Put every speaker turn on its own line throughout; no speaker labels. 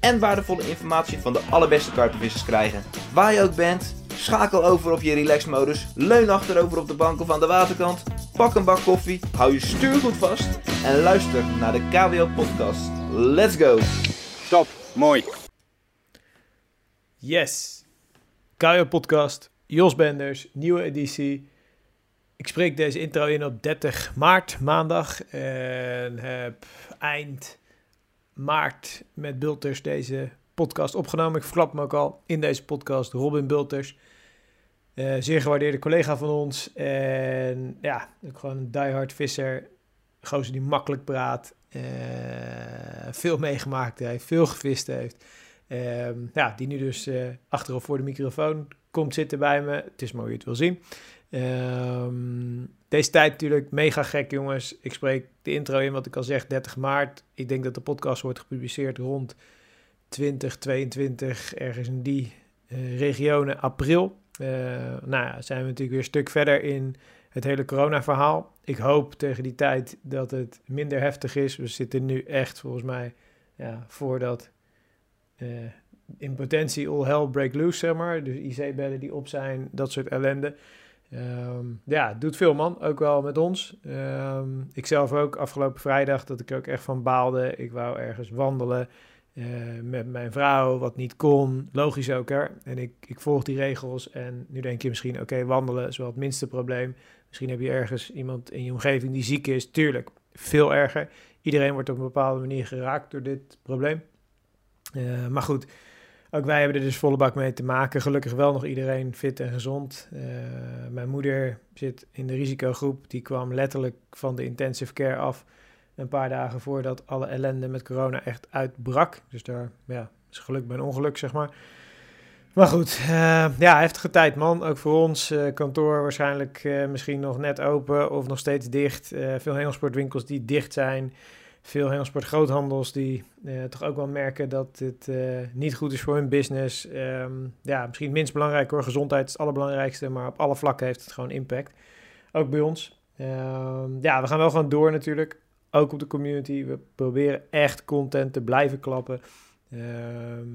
en waardevolle informatie van de allerbeste karpenvissers krijgen. Waar je ook bent, schakel over op je relaxmodus, leun achterover op de bank of aan de waterkant, pak een bak koffie, hou je stuur goed vast en luister naar de KWO podcast. Let's go!
Top, mooi.
Yes. Kajo Podcast, Jos Benders, nieuwe editie. Ik spreek deze intro in op 30 maart, maandag. En heb eind maart met Bulters deze podcast opgenomen. Ik verklap me ook al in deze podcast, Robin Bulters. Eh, zeer gewaardeerde collega van ons. En ja, ook gewoon een diehard visser. Gozer die makkelijk praat. eh, veel meegemaakt heeft, veel gevist heeft. Ehm, ja, die nu dus eh, achter of voor de microfoon komt zitten bij me. Het is maar hoe je het wil zien. Ehm, deze tijd natuurlijk mega gek, jongens. Ik spreek de intro in, wat ik al zeg, 30 maart. Ik denk dat de podcast wordt gepubliceerd rond 2022, ergens in die eh, regionen, april. Eh, nou ja, zijn we natuurlijk weer een stuk verder in het hele corona-verhaal. Ik hoop tegen die tijd dat het minder heftig is. We zitten nu echt, volgens mij, ja, voordat eh, in potentie all hell break loose, zeg maar. Dus IC-bellen die op zijn, dat soort ellende. Ehm, ja, het doet veel man, ook wel met ons. Ehm ik zelf ook, afgelopen vrijdag, dat ik er ook echt van baalde. Ik wou ergens wandelen eh, met mijn vrouw, wat niet kon. Logisch ook, hè. En ik, ik volg die regels en nu denk je misschien, oké, wandelen is wel het minste probleem. Misschien heb je ergens iemand in je omgeving die ziek is. Tuurlijk, veel erger. Iedereen wordt op een bepaalde manier geraakt door dit probleem. Eh, maar goed, ook wij hebben er dus volle bak mee te maken. Gelukkig wel nog iedereen fit en gezond. Eh, mijn moeder zit in de risicogroep. Die kwam letterlijk van de intensive care af. Een paar dagen voordat alle ellende met corona echt uitbrak. Dus daar ja, is geluk bij een ongeluk, zeg maar. Maar goed, eh, ja, heftige tijd, man. Ook voor ons. eh, kantoor waarschijnlijk eh, misschien nog net open of nog steeds dicht. Eh, veel hengelsportwinkels die dicht zijn veel hengelsport groothandels die eh, toch ook wel merken dat dit eh, niet goed is voor hun business. Ehm, ja, misschien het minst belangrijk hoor. Gezondheid is het allerbelangrijkste, maar op alle vlakken heeft het gewoon impact. Ook bij ons. Ehm, ja, we gaan wel gewoon door natuurlijk. Ook op de community. We proberen echt content te blijven klappen. Ehm,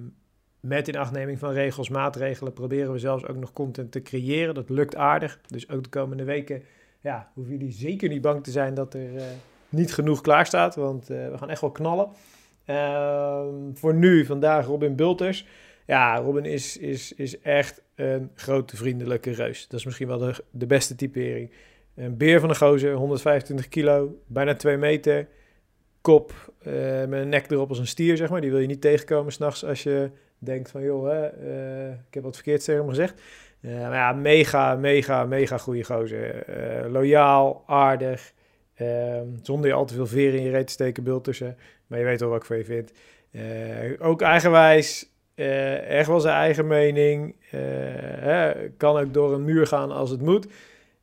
met inachtneming van regels, maatregelen proberen we zelfs ook nog content te creëren. Dat lukt aardig. Dus ook de komende weken ja, hoeven jullie zeker niet bang te zijn dat er... eh, niet genoeg klaar staat, want eh, we gaan echt wel knallen. Ehm, voor nu, vandaag Robin Bulters. Ja, Robin is, is, is echt een grote vriendelijke reus. Dat is misschien wel de, de beste typering. Een beer van de gozer, 125 kilo, bijna 2 meter. Kop eh, met een nek erop als een stier, zeg maar. Die wil je niet tegenkomen s'nachts als je denkt van... joh, hè, eh, ik heb wat verkeerds tegen hem gezegd. Eh, maar ja, mega, mega, mega goede gozer. Eh, loyaal, aardig, Ehm, zonder je al te veel veren in je reet te steken, bult tussen. Maar je weet wel wat ik van je vind. Eh, ook eigenwijs. eh, echt wel zijn eigen mening. eh, hè, kan ook door een muur gaan als het moet.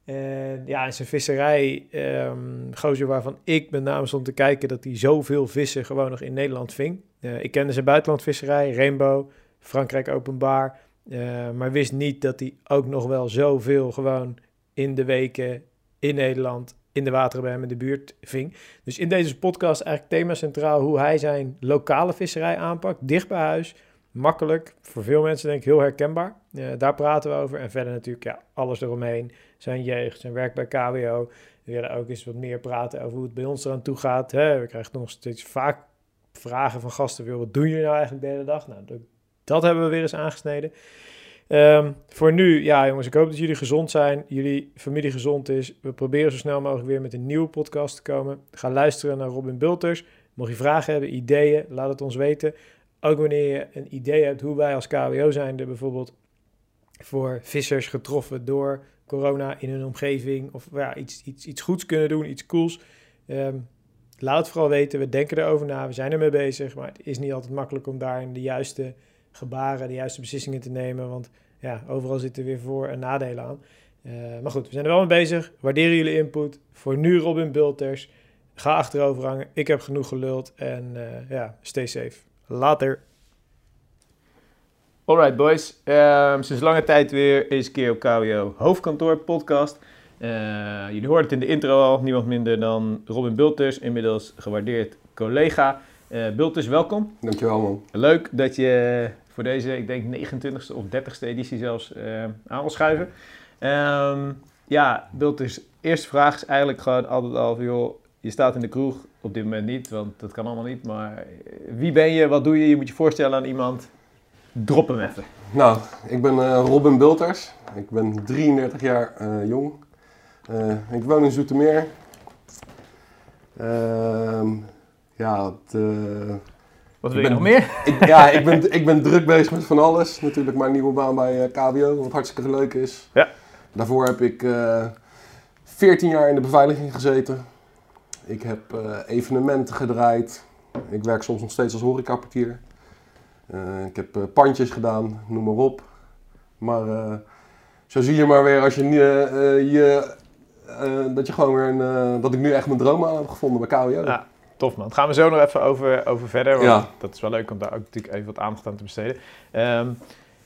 En ja, en zijn visserij, ehm gozer waarvan ik met name stond te kijken dat hij zoveel vissen gewoon nog in Nederland ving. Eh, ik kende zijn buitenlandvisserij, Rainbow, Frankrijk openbaar. eh, maar wist niet dat hij ook nog wel zoveel gewoon in de weken in Nederland, in de wateren bij hem in de buurt ving. Dus in deze podcast eigenlijk thema centraal hoe hij zijn lokale visserij aanpakt, dicht bij huis, makkelijk, voor veel mensen denk ik heel herkenbaar. Eh, daar praten we over en verder natuurlijk ja, alles eromheen, zijn jeugd, zijn werk bij KWO. We willen ook eens wat meer praten over hoe het bij ons eraan toe gaat. Hè, we krijgen nog steeds vaak vragen van gasten, "Joh, wat doen jullie nou eigenlijk de hele dag? Nou, dat, dat hebben we weer eens aangesneden. Ehm, voor nu, ja jongens, ik hoop dat jullie gezond zijn, jullie familie gezond is. We proberen zo snel mogelijk weer met een nieuwe podcast te komen. Ga luisteren naar Robin Bulters. Mocht je vragen hebben, ideeën, laat het ons weten. Ook wanneer je een idee hebt hoe wij als KWO zijnde bijvoorbeeld voor vissers getroffen door corona in hun omgeving of ja, iets, iets, iets goeds kunnen doen, iets cools. Ehm, laat het vooral weten, we denken erover na, we zijn ermee bezig, maar het is niet altijd makkelijk om daarin de juiste gebaren, de juiste beslissingen te nemen. Want ja, overal zitten weer voor- en nadelen aan. Eh, maar goed, we zijn er wel mee bezig. Waarderen jullie input. Voor nu Robin Bulters. Ga achterover hangen. Ik heb genoeg geluld. En eh, ja, stay safe. Later.
Alright boys, Ehm, sinds lange tijd weer is Keo Kaujo hoofdkantoor podcast. Eh, jullie hoorden het in de intro al, niemand minder dan Robin Bulters, inmiddels gewaardeerd collega. Eh, Bulters, welkom.
Dankjewel man.
Leuk dat je voor deze, ik denk 29e of 30e editie zelfs, eh, aan wil schuiven. Ehm, ja, Bulters, eerste vraag is eigenlijk gewoon altijd al van, joh, je staat in de kroeg, op dit moment niet, want dat kan allemaal niet. Maar eh, wie ben je, wat doe je, je moet je voorstellen aan iemand. Drop hem even.
Nou, ik ben eh, Robin Bulters. Ik ben 33 jaar eh, jong. Eh, ik woon in Zoetermeer. Ehm, ja, het, eh,
Wat
wil je nog
meer?
ik, ja ik, ben, ik ben druk bezig met van alles. Natuurlijk mijn nieuwe baan bij eh KBO, wat hartstikke leuk is.
Ja.
Daarvoor heb ik eh 14 jaar in de beveiliging gezeten. Ik heb eh, evenementen gedraaid. Ik werk soms nog steeds als horecapartier. Eh, ik heb eh, pandjes gedaan, noem maar op. Maar eh, zo zie je maar weer als je, nu, eh, eh, je eh, dat je gewoon weer een, eh, dat ik nu echt mijn droom aan heb gevonden bij KBO.
Ja, tof man. Gaan we zo nog even over, over verder. Want
Ja.
dat is wel leuk om daar ook natuurlijk even wat aandacht aan te besteden. Ehm,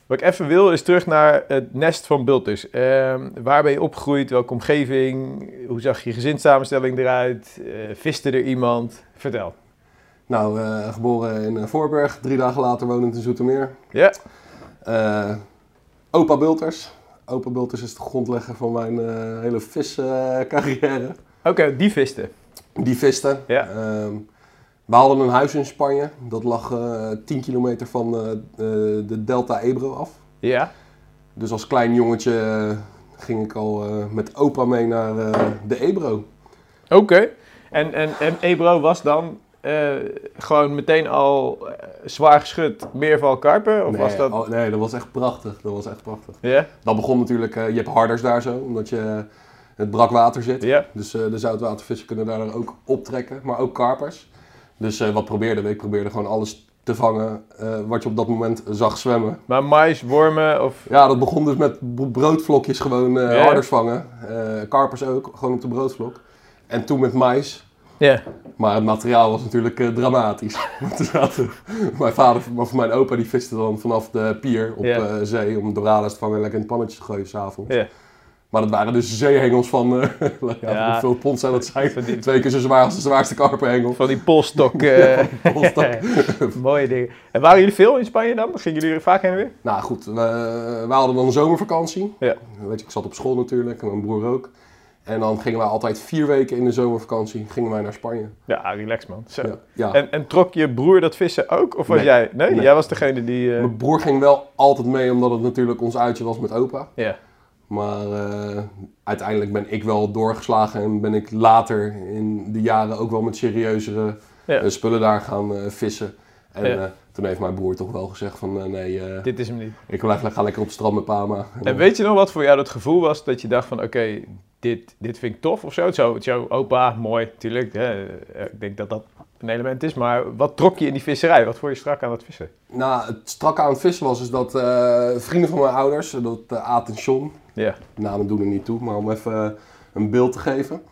wat ik even wil is terug naar het nest van Bultus. Ehm, waar ben je opgegroeid? Welke omgeving? Hoe zag je gezinssamenstelling eruit? Eh, viste er iemand? Vertel.
Nou, eh, geboren in eh, Voorburg, drie dagen later wonend in Zoetermeer.
Ja,
Eh, opa Bulters. Opa Bulters is de grondlegger van mijn eh, hele viscarrière.
oké, die viste.
Die visten.
Ja.
Ehm, we hadden een huis in Spanje. Dat lag eh 10 kilometer van eh, eh, de Delta Ebro af.
Ja,
Dus als klein jongetje eh, ging ik al eh, met opa mee naar eh, de Ebro.
oké. En, en, en Ebro was dan eh, gewoon meteen al eh, zwaar geschud meerval karpen? Of
nee,
was dat...
oh, nee, dat was echt prachtig. Dat was echt prachtig.
Ja,
Dan begon natuurlijk, eh, je hebt harders daar zo, omdat je eh, het brakwater zit.
ja,
Dus eh, de zoutwatervissen kunnen daar dan ook optrekken, maar ook karpers. Dus eh, wat probeerde we? Ik probeerde gewoon alles te vangen eh, wat je op dat moment zag zwemmen.
maar mais, wormen of...
Ja, dat begon dus met b- broodvlokjes gewoon eh
Ja.
harders vangen. Eh, karpers ook, gewoon op de broodvlok. En toen met mais.
Ja.
Maar het materiaal was natuurlijk eh, dramatisch. Want er zaten- mijn vader of mijn opa die viste dan vanaf de pier op
Ja.
eh, zee om dorades te vangen en lekker in het pannetje te gooien s'avonds.
Ja.
Maar dat waren dus zeehengels van, eh ja,
Ja.
hoeveel pond zou dat zijn?
Van die-
Twee keer zo zwaar als de zwaarste karpenhengel.
Van die polstok. eh,
Polstok.
mooie dingen. En waren jullie veel in Spanje dan? Gingen jullie vaak heen en weer?
nou goed, we, we hadden dan een zomervakantie.
Ja.
Weet je, ik zat op school natuurlijk en mijn broer ook. En dan gingen wij altijd vier weken in de zomervakantie gingen wij naar Spanje.
Ja, ah, relax man. Zo.
Ja. Ja.
En, en trok je broer dat vissen ook? Of was
Nee.
jij? Nee?
Nee.
jij was degene die... eh,
Mijn broer ging wel altijd mee, omdat het natuurlijk ons uitje was met opa.
Ja.
Maar eh, uiteindelijk ben ik wel doorgeslagen en ben ik later in de jaren ook wel met serieuzere
Ja.
eh, spullen daar gaan eh, vissen. En
Ja.
eh, toen heeft mijn broer toch wel gezegd van eh, nee, eh,
Dit is hem niet.
ik blijf, ga lekker op het strand met Pama.
En weet je nog wat voor jou dat gevoel was? Dat je dacht van, oké, dit, dit vind ik tof of zo? Zo, zo opa, mooi, tuurlijk. hè, eh, ik denk dat dat een element is. Maar wat trok je in die visserij? Wat vond je strak aan dat vissen?
Nou, het strakke aan het vissen was is dat eh, vrienden van mijn ouders, dat eh Aad en John,
Ja.
namen doen er niet toe, maar om even eh, een beeld te geven.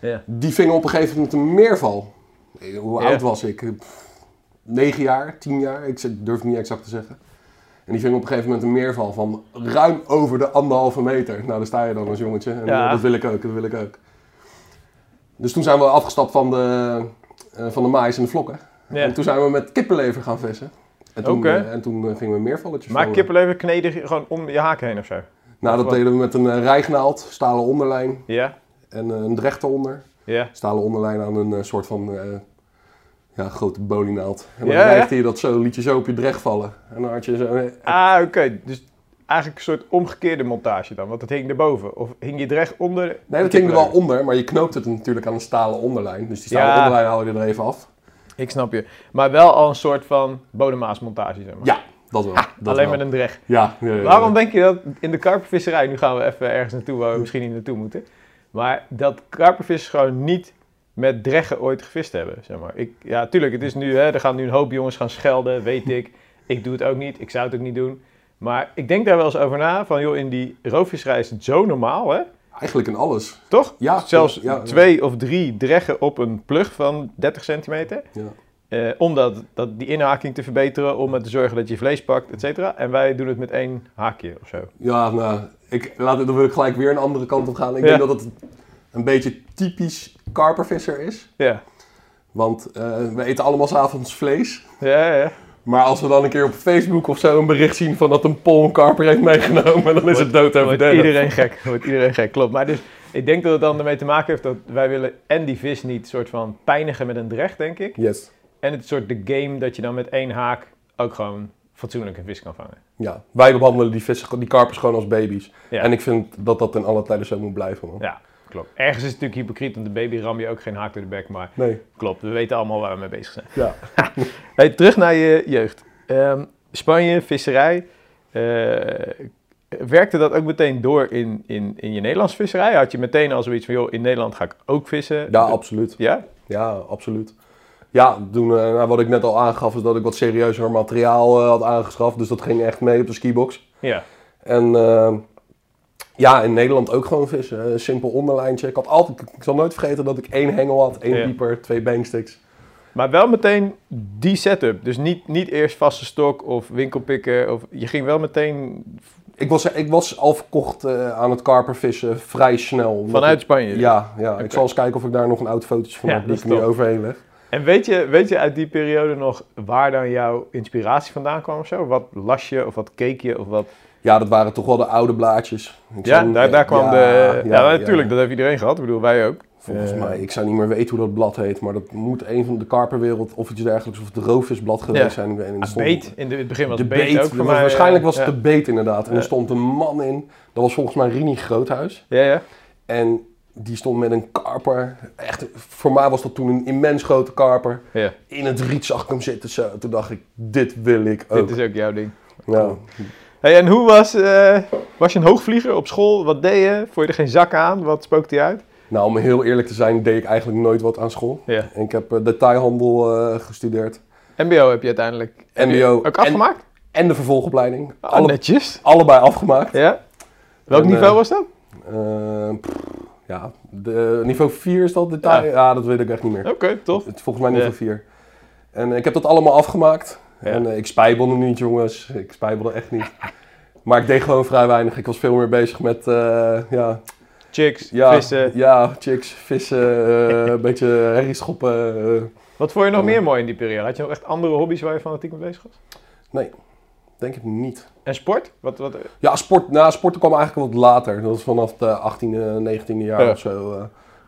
Ja.
Die vingen op een gegeven moment een meerval. Eh, Hoe
Ja.
oud was ik? Eh, pff, Negen jaar, tien jaar, ik z- durf het niet exact te zeggen. En die vingen op een gegeven moment een meerval van ruim over de anderhalve meter. Nou, daar sta je dan als jongetje. En
Ja.
eh, dat wil ik ook, dat wil ik ook. Dus toen zijn we afgestapt van de, eh, van de maïs en de vlokken.
ja.
En toen zijn we met kippenlever gaan vissen. En toen,
Oké.
eh, en toen eh, gingen we een meervalletjes
Maar
vangen.
kippenlever kneden gewoon om je haak heen of zo?
Nou, dat deden we met een eh, rijgnaald, stalen onderlijn
Ja?
en eh, een drecht eronder.
Ja.
Stalen onderlijn aan een eh, soort van eh, ja, grote bolienaald. En
Ja,
dan
ja.
dreigde je dat zo, liet je zo op je drecht vallen. En dan had je zo... eh,
Ah, oké. Dus eigenlijk een soort omgekeerde montage dan, want het hing erboven. Of hing je drecht onder? de
Nee, dat ging er
kippenleuker?
wel onder, maar je knoopt het natuurlijk aan een stalen onderlijn. Dus die stalen
Ja.
onderlijn haal je er even af.
Ik snap je. Maar wel al een soort van bodemaasmontage, zeg maar.
Ja, dat wel. dat
Alleen
wel.
met een drecht.
Ja, ja, ja, ja.
Waarom denk je dat in de karpervisserij, nu gaan we even ergens naartoe waar we misschien niet naartoe moeten, maar dat karpervissers gewoon niet met dreggen ooit gevist hebben, zeg maar. Ik, ja, tuurlijk, het is nu, hè, er gaan nu een hoop jongens gaan schelden, weet ik. Ik doe het ook niet, ik zou het ook niet doen. Maar ik denk daar wel eens over na, van joh, in die roofvisserij is het zo normaal, hè?
Eigenlijk in alles.
Toch?
Ja,
Zelfs
ja, ja.
twee of drie dreggen op een plug van 30 centimeter.
Ja.
Eh, om dat, dat, die inhaking te verbeteren, om er te zorgen dat je vlees pakt, et cetera. En wij doen het met één haakje of zo.
Ja, nou, ik, laat, dan wil ik gelijk weer een andere kant op gaan. Ik
Ja.
denk dat het een beetje typisch karpervisser is.
Ja,
Want eh, we eten allemaal s'avonds vlees.
ja, ja.
Maar als we dan een keer op Facebook of zo een bericht zien van dat een Pol een karper heeft meegenomen, dan is het dood en
Wordt
verderf.
iedereen gek. Wordt iedereen gek, klopt. Maar dus, ik denk dat het dan ermee te maken heeft dat wij willen en die vis niet soort van pijnigen met een dreg, denk ik.
Yes.
En het soort de game dat je dan met één haak ook gewoon fatsoenlijk een vis kan vangen.
Ja, wij behandelen die, vissen, die karpers gewoon als baby's.
Ja.
En ik vind dat dat in alle tijden zo moet blijven. Man.
Ja, klopt. Ergens is het natuurlijk hypocriet, want de baby ram je ook geen haak door de bek, maar
Nee,
klopt. We weten allemaal waar we mee bezig zijn.
ja.
Hey, terug naar je jeugd. Ehm, Spanje, visserij. Eh, werkte dat ook meteen door in, in, in je Nederlands visserij? Had je meteen al zoiets van, joh, in Nederland ga ik ook vissen?
ja, absoluut.
Ja?
Ja, absoluut. Ja, toen, eh, nou, wat ik net al aangaf is dat ik wat serieuzer materiaal eh, had aangeschaft. Dus dat ging echt mee op de skibox.
Ja.
En eh, ja, in Nederland ook gewoon vissen. Eh, simpel onderlijntje. Ik, had altijd, ik zal nooit vergeten dat ik één hengel had, één
Ja.
dieper, twee bangsticks.
Maar wel meteen die setup. Dus niet, niet eerst vaste stok of winkelpikken. Of, je ging wel meteen
Ik was, ik was al verkocht eh, aan het karpervissen vrij snel. Omdat
vanuit
ik-
Spanje.
ja, ja, ik
Oké.
zal eens kijken of ik daar nog een oud fotootje van
Ja,
heb die
dat
ik
is
nu
top.
overheen leg.
En weet je, weet je uit die periode nog waar dan jouw inspiratie vandaan kwam of zo? Wat las je of wat keek je of wat...
Ja, dat waren toch wel de oude blaadjes. Ik
Ja,
zou-
daar, daar kwam
ja,
de... Ja,
ja.
natuurlijk, dat heeft iedereen gehad. Ik bedoel, wij ook.
Volgens
Eh,
mij, ik zou niet meer weten hoe dat blad heet, maar dat moet een van de karperwereld of iets dergelijks, of het roofvisblad geweest
Ja.
zijn. Ik weet niet, er
Ah,
stond-
beet. In de, het begin was
De
beet,
beet,
ook voor
was-
mij.
waarschijnlijk
eh,
was het
ja.
de beet inderdaad. En
Ja.
er stond een man in, dat was volgens mij Rini Groothuis.
Ja, ja.
En die stond met een karper, echt, voor mij was dat toen een immens grote karper.
ja.
In het riet zag ik hem zitten zo, toen dacht ik, dit wil ik ook. Nou,
Dit is ook jouw ding.
Ja.
Hey, en hoe was... eh, was je een hoogvlieger op school? Wat deed je? Vond je er geen zak aan? Wat spookte je uit?
Nou, om heel eerlijk te zijn, deed ik eigenlijk nooit wat aan school.
Ja.
En ik heb eh, detailhandel eh, gestudeerd
MBO heb je uiteindelijk heb je
MBO.
ook afgemaakt?
en de vervolgopleiding.
Ah,
Alle-
netjes.
allebei afgemaakt.
Ja. Welk
En,
niveau
eh,
was dat?
Eh, pff, ja, de, eh, niveau 4 is dat detail.
Ja.
Ja. dat weet ik echt niet meer.
Oké, tof.
Het is volgens mij niveau
Ja.
4. En eh, ik heb dat allemaal afgemaakt.
Ja.
En eh, ik spijbelde niet, jongens. Ik spijbelde echt niet. Maar ik deed gewoon vrij weinig. Ik was veel meer bezig met eh, ja,
Chicks,
ja,
vissen.
ja, chicks, vissen, eh, een beetje herrie schoppen. eh.
Wat vond je nog
Ja.
meer mooi in die periode? Had je nog echt andere hobby's waar je fanatiek mee bezig was?
denk het niet.
En sport? Wat, wat,
Ja, sport, nou, sporten kwam eigenlijk wat later. Dat was vanaf de 18e, 19e jaar
Ja.
of zo. eh,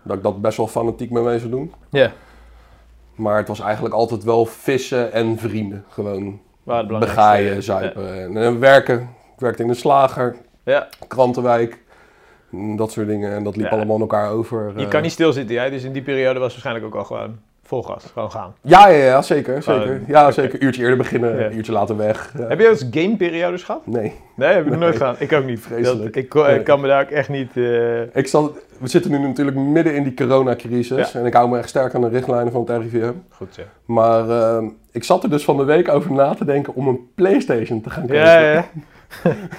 dat ik dat best wel fanatiek mee mee zou doen.
ja,
Maar het was eigenlijk altijd wel vissen en vrienden. Gewoon
waren het belangrijkste.
begaaien, zuipen en, en werken. Ik werkte in de slager,
Ja.
krantenwijk, mm, dat soort dingen. En dat liep
Ja.
allemaal aan elkaar over.
Ja. Je
eh.
kan niet stilzitten, jij. Dus in die periode was het waarschijnlijk ook al gewoon vol gas. Gewoon gaan.
Ja, ja, ja, zeker. zeker.
Oh,
ja,
oké.
zeker. Uurtje eerder beginnen,
Ja.
uurtje later weg. Ja.
Eh, Heb je wel eens gameperiodes gehad?
Nee.
Nee, heb ik nog nooit
Nee.
gedaan. Ik ook niet.
Vreselijk.
Dat- ik, kon- ik
Nee.
kan me daar ook echt niet... eh,
Ik zal, we zitten nu natuurlijk midden in die coronacrisis. En ik hou me echt sterk aan de richtlijnen van het RIVM.
Goed zo.
Maar eh, ik zat er dus van de week over na te denken om een Playstation te gaan kopen.
Ja, ja.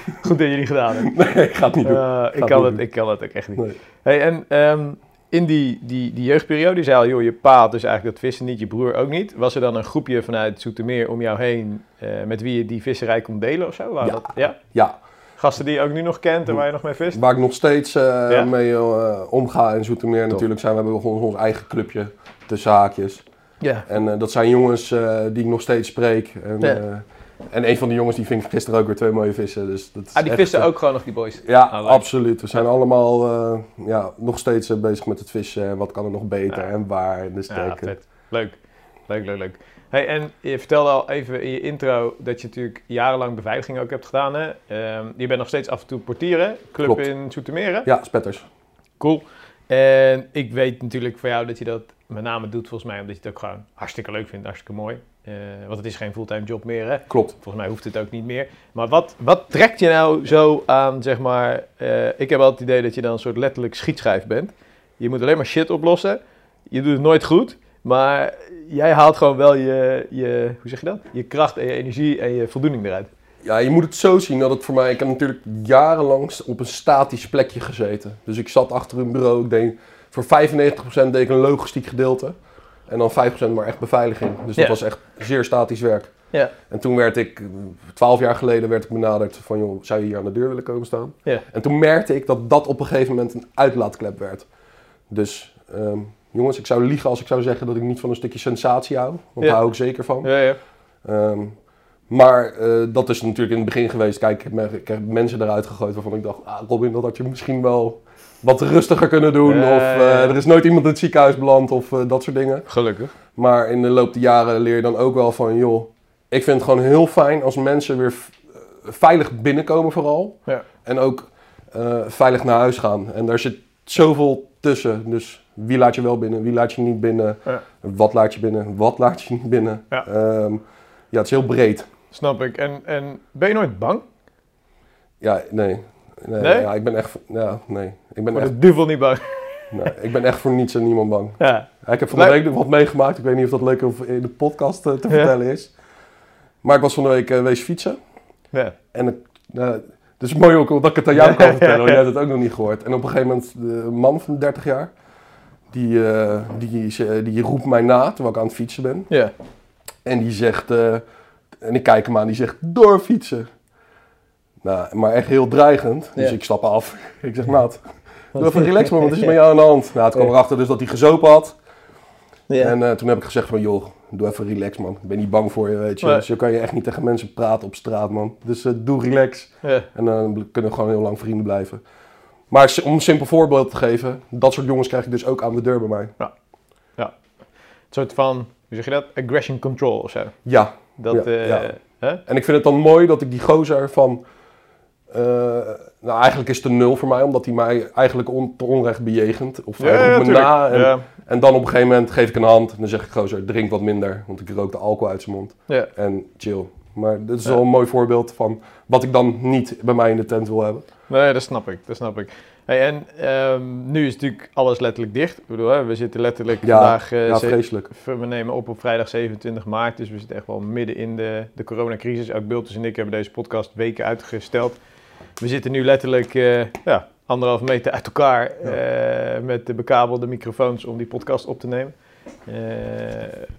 Goed dat je niet gedaan hebt.
Nee, ik ga het niet doen.
Eh, ik,
niet
kan het,
doen.
ik kan het ook echt niet.
Nee.
Hey, en ehm, in die, die, die jeugdperiode, je zei al, joh, je pa had dus eigenlijk dat vissen niet, je broer ook niet. Was er dan een groepje vanuit Zoetermeer om jou heen eh, met wie je die visserij kon delen of zo? Waar
Ja.
Dat, ja?
Ja, Hm.
Gasten die je ook nu nog kent en waar je nog mee vist?
Waar ik nog steeds eh,
Ja?
mee eh, omga in Zoetermeer natuurlijk zijn we hebben gewoon ons eigen clubje tussen haakjes.
Ja.
En eh, dat zijn jongens eh, die ik nog steeds spreek. En,
Ja.
eh, en een van die jongens die ving gisteren ook weer twee mooie vissen. Dus dat is
Ah, die
echt,
vissen
eh,
ook gewoon nog, die boys?
Ja,
Ah, leuk.
absoluut. We zijn allemaal eh, ja, nog steeds eh, bezig met het vissen. En wat kan er nog beter
Ja.
en waar. en Dus
Ja,
ja,
vet. Leuk. Leuk, leuk, leuk. Hey, en je vertelde al even in je intro dat je natuurlijk jarenlang beveiliging ook hebt gedaan. Hè? Ehm, je bent nog steeds af en toe portier, hè? Club
Klopt.
in Zoetermeer, hè?
ja spetters.
Cool. En ik weet natuurlijk van jou dat je dat met name doet, volgens mij, omdat je het ook gewoon hartstikke leuk vindt, hartstikke mooi. Eh, want het is geen fulltime job meer, hè?
Klopt.
Volgens mij hoeft het ook niet meer. Maar wat, wat trekt je nou zo aan, zeg maar... eh, ik heb altijd het idee dat je dan een soort letterlijk schietschijf bent. Je moet alleen maar shit oplossen. Je doet het nooit goed. Maar jij haalt gewoon wel je, je, hoe zeg je dat? Je kracht en je energie en je voldoening eruit.
Ja, je moet het zo zien dat het voor mij... Ik heb natuurlijk jarenlang op een statisch plekje gezeten. Dus ik zat achter een bureau. Ik deed, voor 95% deed ik een logistiek gedeelte. En dan 5% maar echt beveiliging. Dus dat
Ja.
was echt zeer statisch werk.
Ja.
En toen werd ik, eh, 12 jaar geleden werd ik benaderd van... joh, zou je hier aan de deur willen komen staan?
Ja.
En toen merkte ik dat dat op een gegeven moment een uitlaatklep werd. Dus ehm, jongens, ik zou liegen als ik zou zeggen dat ik niet van een stukje sensatie hou. Want
Ja.
daar hou ik zeker van.
Ja, ja.
Ehm, maar eh, dat is natuurlijk in het begin geweest. Kijk, ik heb, me- ik heb mensen eruit gegooid waarvan ik dacht... Ah, Robin, dat had je misschien wel wat rustiger kunnen doen.
Ja,
of
ja,
eh,
ja.
er is nooit iemand in het ziekenhuis beland of eh, dat soort dingen.
Gelukkig.
Maar in de loop der jaren leer je dan ook wel van... joh, ik vind het gewoon heel fijn als mensen weer v- eh, veilig binnenkomen vooral.
Ja.
En ook eh, veilig naar huis gaan. En daar zit zoveel tussen. Dus wie laat je wel binnen, wie laat je niet binnen...
Ja.
wat laat je binnen, wat laat je niet binnen.
Ja.
Ehm, ja, het is heel breed.
Snap ik. En, en ben je nooit bang?
Ja, nee. Nee?
Nee?
Ja, ik ben echt... Ja, nee. Ik ben
Voor
echt,
de duvel niet bang.
nee, ik ben echt voor niets en niemand bang.
Ja.
Ja, Ik heb van de
Leuk.
week nog wat meegemaakt. Ik weet niet of dat leuk of in de podcast eh, te
Ja.
vertellen is. Maar ik was van de week eh wees fietsen.
ja.
En het, eh, het is mooi ook omdat ik het aan jou kan
Ja,
vertellen. Want
ja,
jij hebt het ook nog niet gehoord. En op een gegeven moment, de man van 30 jaar... Die, eh, die, is, eh, die roept mij na terwijl ik aan het fietsen ben.
Ja.
En die zegt, eh, en ik kijk hem aan, die zegt doorfietsen. Nou, maar echt heel dreigend. Dus
Ja.
ik stap af. ik zeg, maat, doe even relax man, wat is er met jou aan de hand? Nou, het kwam
Ja.
erachter dus dat hij gezopen had.
Ja.
En eh, toen heb ik gezegd van, joh, doe even relax man. Ik ben niet bang voor je, weet je.
Nee.
Zo kan je echt niet tegen mensen praten op straat man. Dus eh, doe relax.
Ja.
En eh, dan kunnen we gewoon heel lang vrienden blijven. Maar s- om een simpel voorbeeld te geven, dat soort jongens krijg ik dus ook aan de deur bij mij.
Een soort van, hoe zeg je dat? Aggression control of zo.
Ja,
Dat,
Ja,
eh,
ja.
Hè?
En ik vind het dan mooi dat ik die gozer van... eh, nou, eigenlijk is het een nul voor mij, omdat hij mij eigenlijk on, te onrecht bejegent. Of hij roept me
tuurlijk.
na. En,
ja.
en dan op een gegeven moment geef ik een hand en dan zeg ik, gozer, drink wat minder. Want ik rook de alcohol uit zijn mond.
Ja.
En chill. Maar dit is
Ja.
wel een mooi voorbeeld van wat ik dan niet bij mij in de tent wil hebben.
Nee, dat snap ik. Dat snap ik. Hey, en ehm, nu is natuurlijk alles letterlijk dicht. Ik bedoel, hè, we zitten letterlijk
Ja,
vandaag... eh,
ja,
ze-
vreselijk.
we nemen op op vrijdag 27 maart, dus we zitten echt wel midden in de, de coronacrisis. Ook Bultus en ik hebben deze podcast weken uitgesteld. We zitten nu letterlijk eh, ja, anderhalf meter uit elkaar eh, met de bekabelde microfoons om die podcast op te nemen. Eh,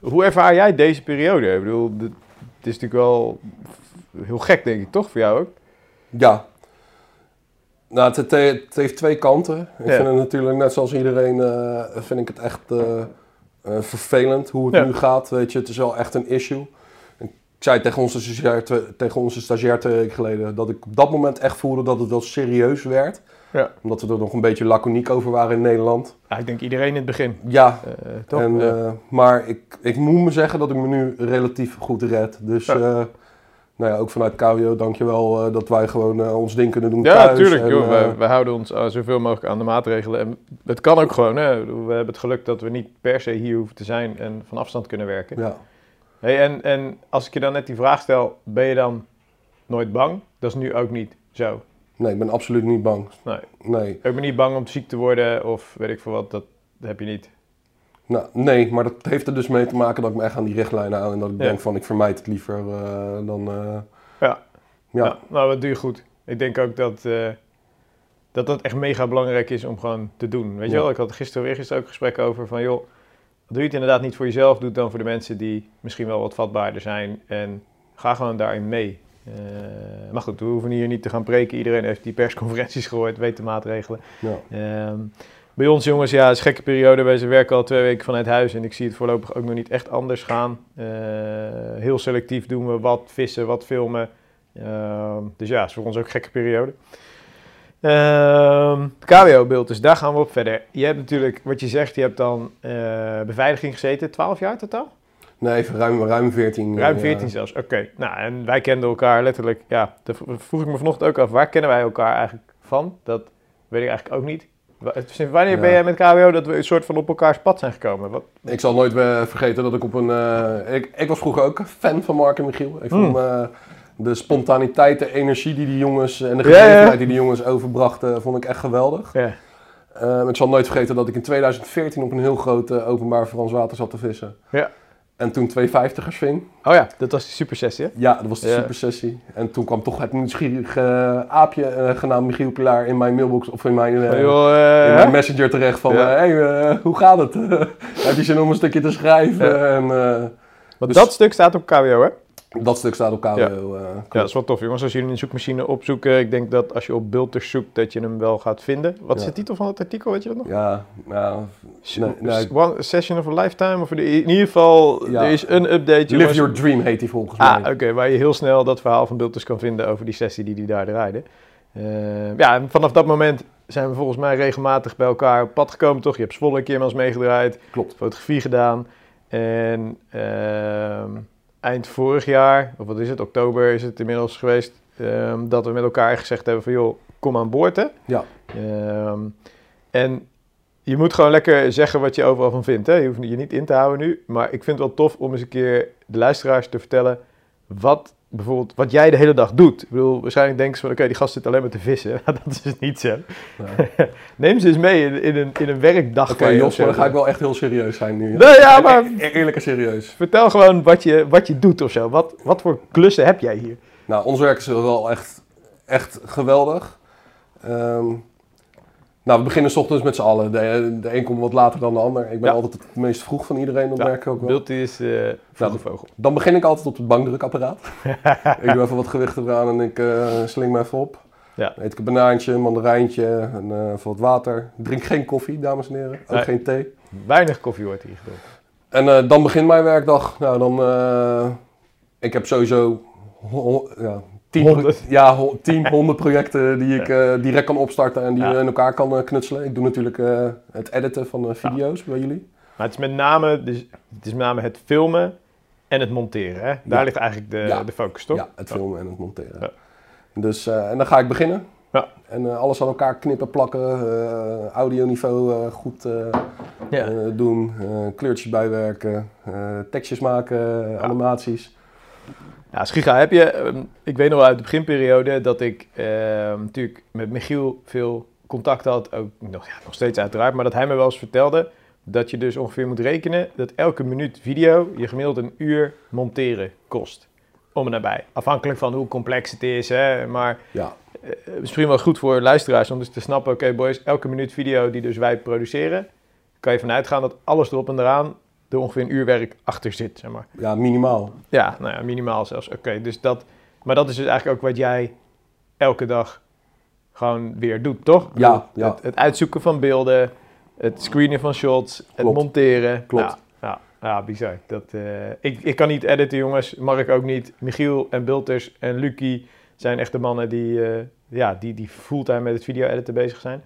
hoe ervaar jij deze periode? Ik bedoel, dit- het is natuurlijk wel heel gek, denk ik, toch? Voor jou ook?
Ja. Nou, het, het- het heeft twee kanten. Ik
Ja.
vind het natuurlijk, net zoals iedereen, eh, vind ik het echt eh, eh, vervelend hoe het
Ja.
nu gaat. Weet je, het is wel echt een issue. Ik zei tegen onze stagiair, twee- tegen onze stagiair twee weken geleden dat ik op dat moment echt voelde dat het wel serieus werd.
Ja.
Omdat we er nog een beetje laconiek over waren in Nederland.
Ja, ik denk iedereen in het begin,
Ja,
eh, toch?
en,
Ja.
eh, maar ik, ik moet me zeggen dat ik me nu relatief goed red. Dus
Ja.
eh, nou ja, ook vanuit KWO, dankjewel eh dat wij gewoon eh, ons ding kunnen doen
Ja,
thuis.
natuurlijk.
En,
joh.
eh,
we, we houden ons eh, zoveel mogelijk aan de maatregelen. En het kan ook gewoon. Hè. Ik bedoel, We hebben het geluk dat we niet per se hier hoeven te zijn en van afstand kunnen werken.
ja.
Hey, en, en als ik je dan net die vraag stel, ben je dan nooit bang? Dat is nu ook niet zo.
Nee, ik ben absoluut niet bang.
Nee.
Nee.
Ik ben niet bang om ziek te worden of weet ik veel wat. Dat heb je niet.
Nou, nee, maar dat heeft er dus mee te maken dat ik me echt aan die richtlijnen hou. En dat ik
Ja.
denk van, ik vermijd het liever eh, dan... eh,
Ja.
Ja.
Nou, nou, dat doe je goed. Ik denk ook dat, eh, dat dat echt mega belangrijk is om gewoon te doen. Weet je
Ja.
wel, ik had gisteren weer gisteren ook gesprek over van joh, doe je het inderdaad niet voor jezelf, doe het dan voor de mensen die misschien wel wat vatbaarder zijn en ga gewoon daarin mee. Eh, maar goed, we hoeven hier niet te gaan preken. Iedereen heeft die persconferenties gehoord, weet de maatregelen.
ja.
Ehm, bij ons jongens, ja, het is een gekke periode. Wij ze werken al twee weken vanuit huis en ik zie het voorlopig ook nog niet echt anders gaan. Eh, heel selectief doen we wat vissen, wat filmen. Ehm, dus ja, het is voor ons ook een gekke periode. Ehm KWO-beeld, dus daar gaan we op verder. Je hebt natuurlijk, wat je zegt, je hebt dan eh, beveiliging gezeten, 12 jaar totaal?
Nee, even ruim, ruim 14.
Ruim
eh,
14 zelfs, oké. Nou, en wij kenden elkaar letterlijk, ja, dat v- vroeg ik me vanochtend ook af, waar kennen wij elkaar eigenlijk van? Dat weet ik eigenlijk ook niet. Wa- Sinds wanneer
Ja.
ben jij met KWO dat we een soort van op elkaars pad zijn gekomen? Wat?
Ik zal nooit eh, vergeten dat ik op een... eh, ik, ik was vroeger ook een fan van Mark en Michiel. Ik
Mm.
vond eh, de spontaniteit, de energie die die jongens... eh, En de
Ja, ja.
gegevenheid die die jongens overbrachten, vond ik echt geweldig.
Ja.
Ehm, ik zal nooit vergeten dat ik in 2014 op een heel groot eh, openbaar Frans water zat te vissen.
Ja.
En toen 250ers ving.
Oh ja, dat was die supersessie, hè?
Ja, dat was de
Ja.
supersessie. En toen kwam toch het nieuwsgierige eh, aapje eh, genaamd Michiel Pilaar in mijn mailbox of in mijn, eh,
Van, joh, eh,
in mijn messenger terecht van...
Ja.
eh, hey, eh, hoe gaat het? heb je zin om een stukje te schrijven? En, eh,
Want
dus-
dat stuk staat op KWO, hè?
dat stuk staat op KWO.
Ja.
eh,
Ja, dat
klopt.
is wel tof, jongens. Als jullie een zoekmachine opzoeken, ik denk dat als je op Bulters zoekt, dat je hem wel gaat vinden. Wat is
Ja.
de titel van het artikel, weet je dat nog?
ja, nou, Nee, nee.
One session of a lifetime, of in ieder geval,
Ja.
er is een update,
Live
jongens.
Your Dream heet hij volgens
Ah, oké,
mij.
waar je heel snel dat verhaal van Bulters kan vinden over die sessie die die daar draaide. Eh, ja, en vanaf dat moment zijn we volgens mij regelmatig bij elkaar op pad gekomen, toch? Je hebt Zwolle een keer met ons meegedraaid,
Klopt.
fotografie gedaan. En ehm, eind vorig jaar, of wat is het, oktober is het inmiddels geweest, ehm, dat we met elkaar gezegd hebben van joh, kom aan boord hè.
Ja.
Ehm, en je moet gewoon lekker zeggen wat je overal van vindt. Hè? Je hoeft je niet in te houden nu. Maar ik vind het wel tof om eens een keer de luisteraars te vertellen wat, bijvoorbeeld, wat jij de hele dag doet. Ik bedoel, waarschijnlijk denken ze van oké, die gast zit alleen maar te vissen. Maar dat is dus niet zo.
Ja.
Neem ze eens mee in, in, een, in een werkdag.
Oké,
van je of
Jos,
zo.
maar dan ga ik wel echt heel serieus zijn nu.
Nou ja, maar
E- Eerlijk en serieus.
vertel gewoon wat je, wat je doet of zo. Wat, wat voor klussen heb jij hier?
Nou, ons werk is wel echt, echt geweldig. Ehm, nou, we beginnen 's ochtends met z'n allen. De, de een komt wat later dan de ander. Ik ben
Ja.
altijd het meest vroeg van iedereen, dat
Ja,
merk ik ook wel.
Wilt is eh vroege
dat-
vogel.
Dan begin ik altijd op het bankdrukapparaat. ik doe even wat gewichten eraan en ik eh, sling me even op.
Ja.
Dan eet ik een banaantje, een mandarijntje en eh, even wat water. Ik drink geen koffie, dames en heren. Ook
Nee.
geen thee.
Weinig koffie wordt hier gedronken.
En eh, dan begint mijn werkdag. Nou, dan... eh, ik heb sowieso... ho- ho- ja, tien,
Honderd.
Ja, ho- tien, honderd projecten die ik eh, direct kan opstarten en die
Ja.
eh, in elkaar kan eh, knutselen. Ik doe natuurlijk eh, het editen van eh, video's bij jullie.
Maar het is met name, dus, het, is met name het filmen en het monteren. Hè? Daar ligt eigenlijk de,
Ja.
de focus, toch?
Ja, het filmen en het monteren.
Ja.
Dus, eh, en dan ga ik beginnen.
Ja.
En eh, alles aan elkaar knippen, plakken, eh audioniveau eh, goed eh,
Ja.
eh, doen, eh, kleurtjes bijwerken, eh, tekstjes maken, eh, animaties.
Ja, Schiga, heb je, ehm, ik weet nog wel uit de beginperiode dat ik ehm, natuurlijk met Michiel veel contact had, ook nog, ja, nog steeds uiteraard, maar dat hij me wel eens vertelde dat je dus ongeveer moet rekenen dat elke minuut video je gemiddeld een uur monteren kost. Om en nabij. Afhankelijk van hoe complex het is, hè, maar
Ja,
eh, eh, misschien wel goed voor luisteraars om dus te snappen, oké boys, elke minuut video die dus wij produceren, kan je vanuit gaan dat alles erop en eraan er ongeveer een uur werk achter zit, zeg maar.
ja, minimaal.
Ja, nou ja, minimaal zelfs. Oké, dus dat. Maar dat is dus eigenlijk ook wat jij elke dag gewoon weer doet, toch? Ik
Ja,
bedoel,
ja.
Het, het uitzoeken van beelden, het screenen van shots, het
Klopt.
monteren.
Klopt.
Ja, ja, ja, bizar. Dat, eh, ik, ik kan niet editen, jongens. Mark ook niet. Michiel en Bulters en Lucky zijn echt de mannen die, eh, ja, die, die fulltime met het video-editen bezig zijn.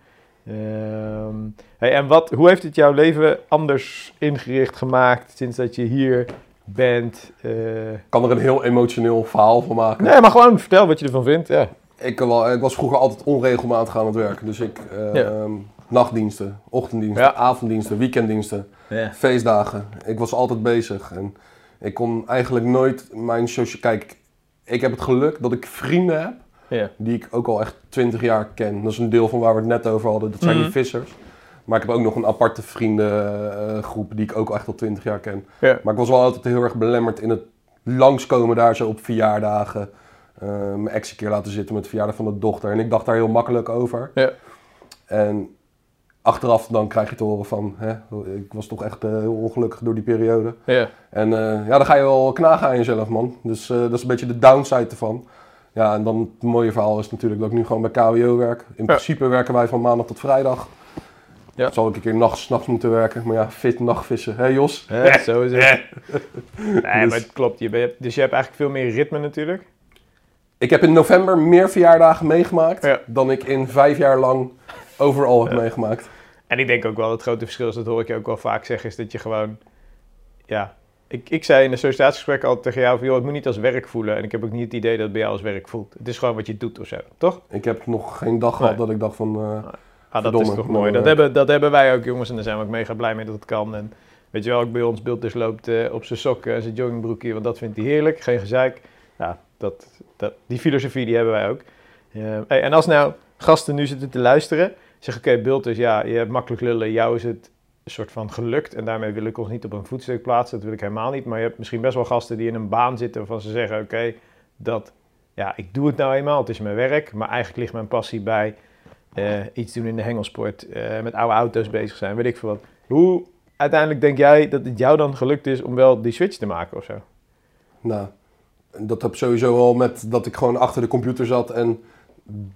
Ehm, hey, en wat, hoe heeft het jouw leven anders ingericht gemaakt sinds dat je hier bent? eh,
Ik kan er een heel emotioneel verhaal van maken.
Nee, maar gewoon vertel wat je ervan vindt. Ja.
Ik, wel- ik was vroeger altijd onregelmatig aan het werken. Dus ik, eh,
Ja.
ehm, nachtdiensten, ochtenddiensten,
Ja.
avonddiensten, weekenddiensten, feestdagen. Ik was altijd bezig. En ik kon eigenlijk nooit mijn social... Kijk, ik heb het geluk dat ik vrienden heb
Ja.
die ik ook al echt 20 jaar ken. Dat is een deel van waar we het net over hadden. Dat zijn
Mhm.
die vissers. Maar ik heb ook nog een aparte vriendengroep die ik ook echt al 20 jaar ken.
Ja.
Maar ik was wel altijd heel erg belemmerd in het langskomen daar zo op verjaardagen. Eh, mijn ex een keer laten zitten met de verjaardag van de dochter. En ik dacht daar heel makkelijk over.
Ja.
En achteraf dan krijg je te horen van... Hè, ik was toch echt eh, heel ongelukkig door die periode.
Ja.
En eh, ja, dan ga je wel knagen aan jezelf, man. Dus eh, dat is een beetje de downside ervan. Ja, en dan het mooie verhaal is natuurlijk dat ik nu gewoon bij KWO werk. In principe werken wij van maandag tot vrijdag.
Ja.
Zal ik een keer nachts, 's nachts moeten werken. Maar ja, fit nachtvissen. Hé Jos?
Hè, zo is het. Nee,
Dus-
maar het klopt. Je bent, dus je hebt eigenlijk veel meer ritme natuurlijk.
Ik heb in november meer verjaardagen meegemaakt
Ja.
dan ik in vijf jaar lang overal heb meegemaakt.
En ik denk ook wel dat het grote verschil is, dat hoor ik je ook wel vaak zeggen, is dat je gewoon... Ja, ik, ik zei in de sollicitatiegesprek al tegen jou van, joh, het moet niet als werk voelen. En ik heb ook niet het idee dat het bij jou als werk voelt. Het is gewoon wat je doet of zo, toch?
Ik heb nog geen dag gehad
Nee.
dat ik dacht van... eh,
Ah, dat
Verdomme,
is toch
mooi
mooi. Dat
werk.
hebben, dat hebben wij ook, jongens. En daar zijn we ook mega blij mee dat het kan. En weet je wel, ook bij ons beeld dus loopt eh, op zijn sokken en zijn joggingbroekje. Want dat vindt hij heerlijk. Geen gezeik. Ja, dat, dat, die filosofie die hebben wij ook. Eh, hey, en als nou gasten nu nou zitten te luisteren Ik zeg, oké, Bultus, ja, je hebt makkelijk lullen. Jou is het een soort van gelukt. En daarmee wil ik ons niet op een voetstuk plaatsen. Dat wil ik helemaal niet. Maar je hebt misschien best wel gasten die in een baan zitten waarvan ze zeggen, oké, dat, ja, ik doe het nou eenmaal. Het is mijn werk. Maar eigenlijk ligt mijn passie bij eh, iets doen in de hengelsport. eh, met oude auto's bezig zijn, weet ik veel wat. Hoe uiteindelijk denk jij dat het jou dan gelukt is om wel die switch te maken of zo?
Nou, dat heb sowieso al met dat ik gewoon achter de computer zat en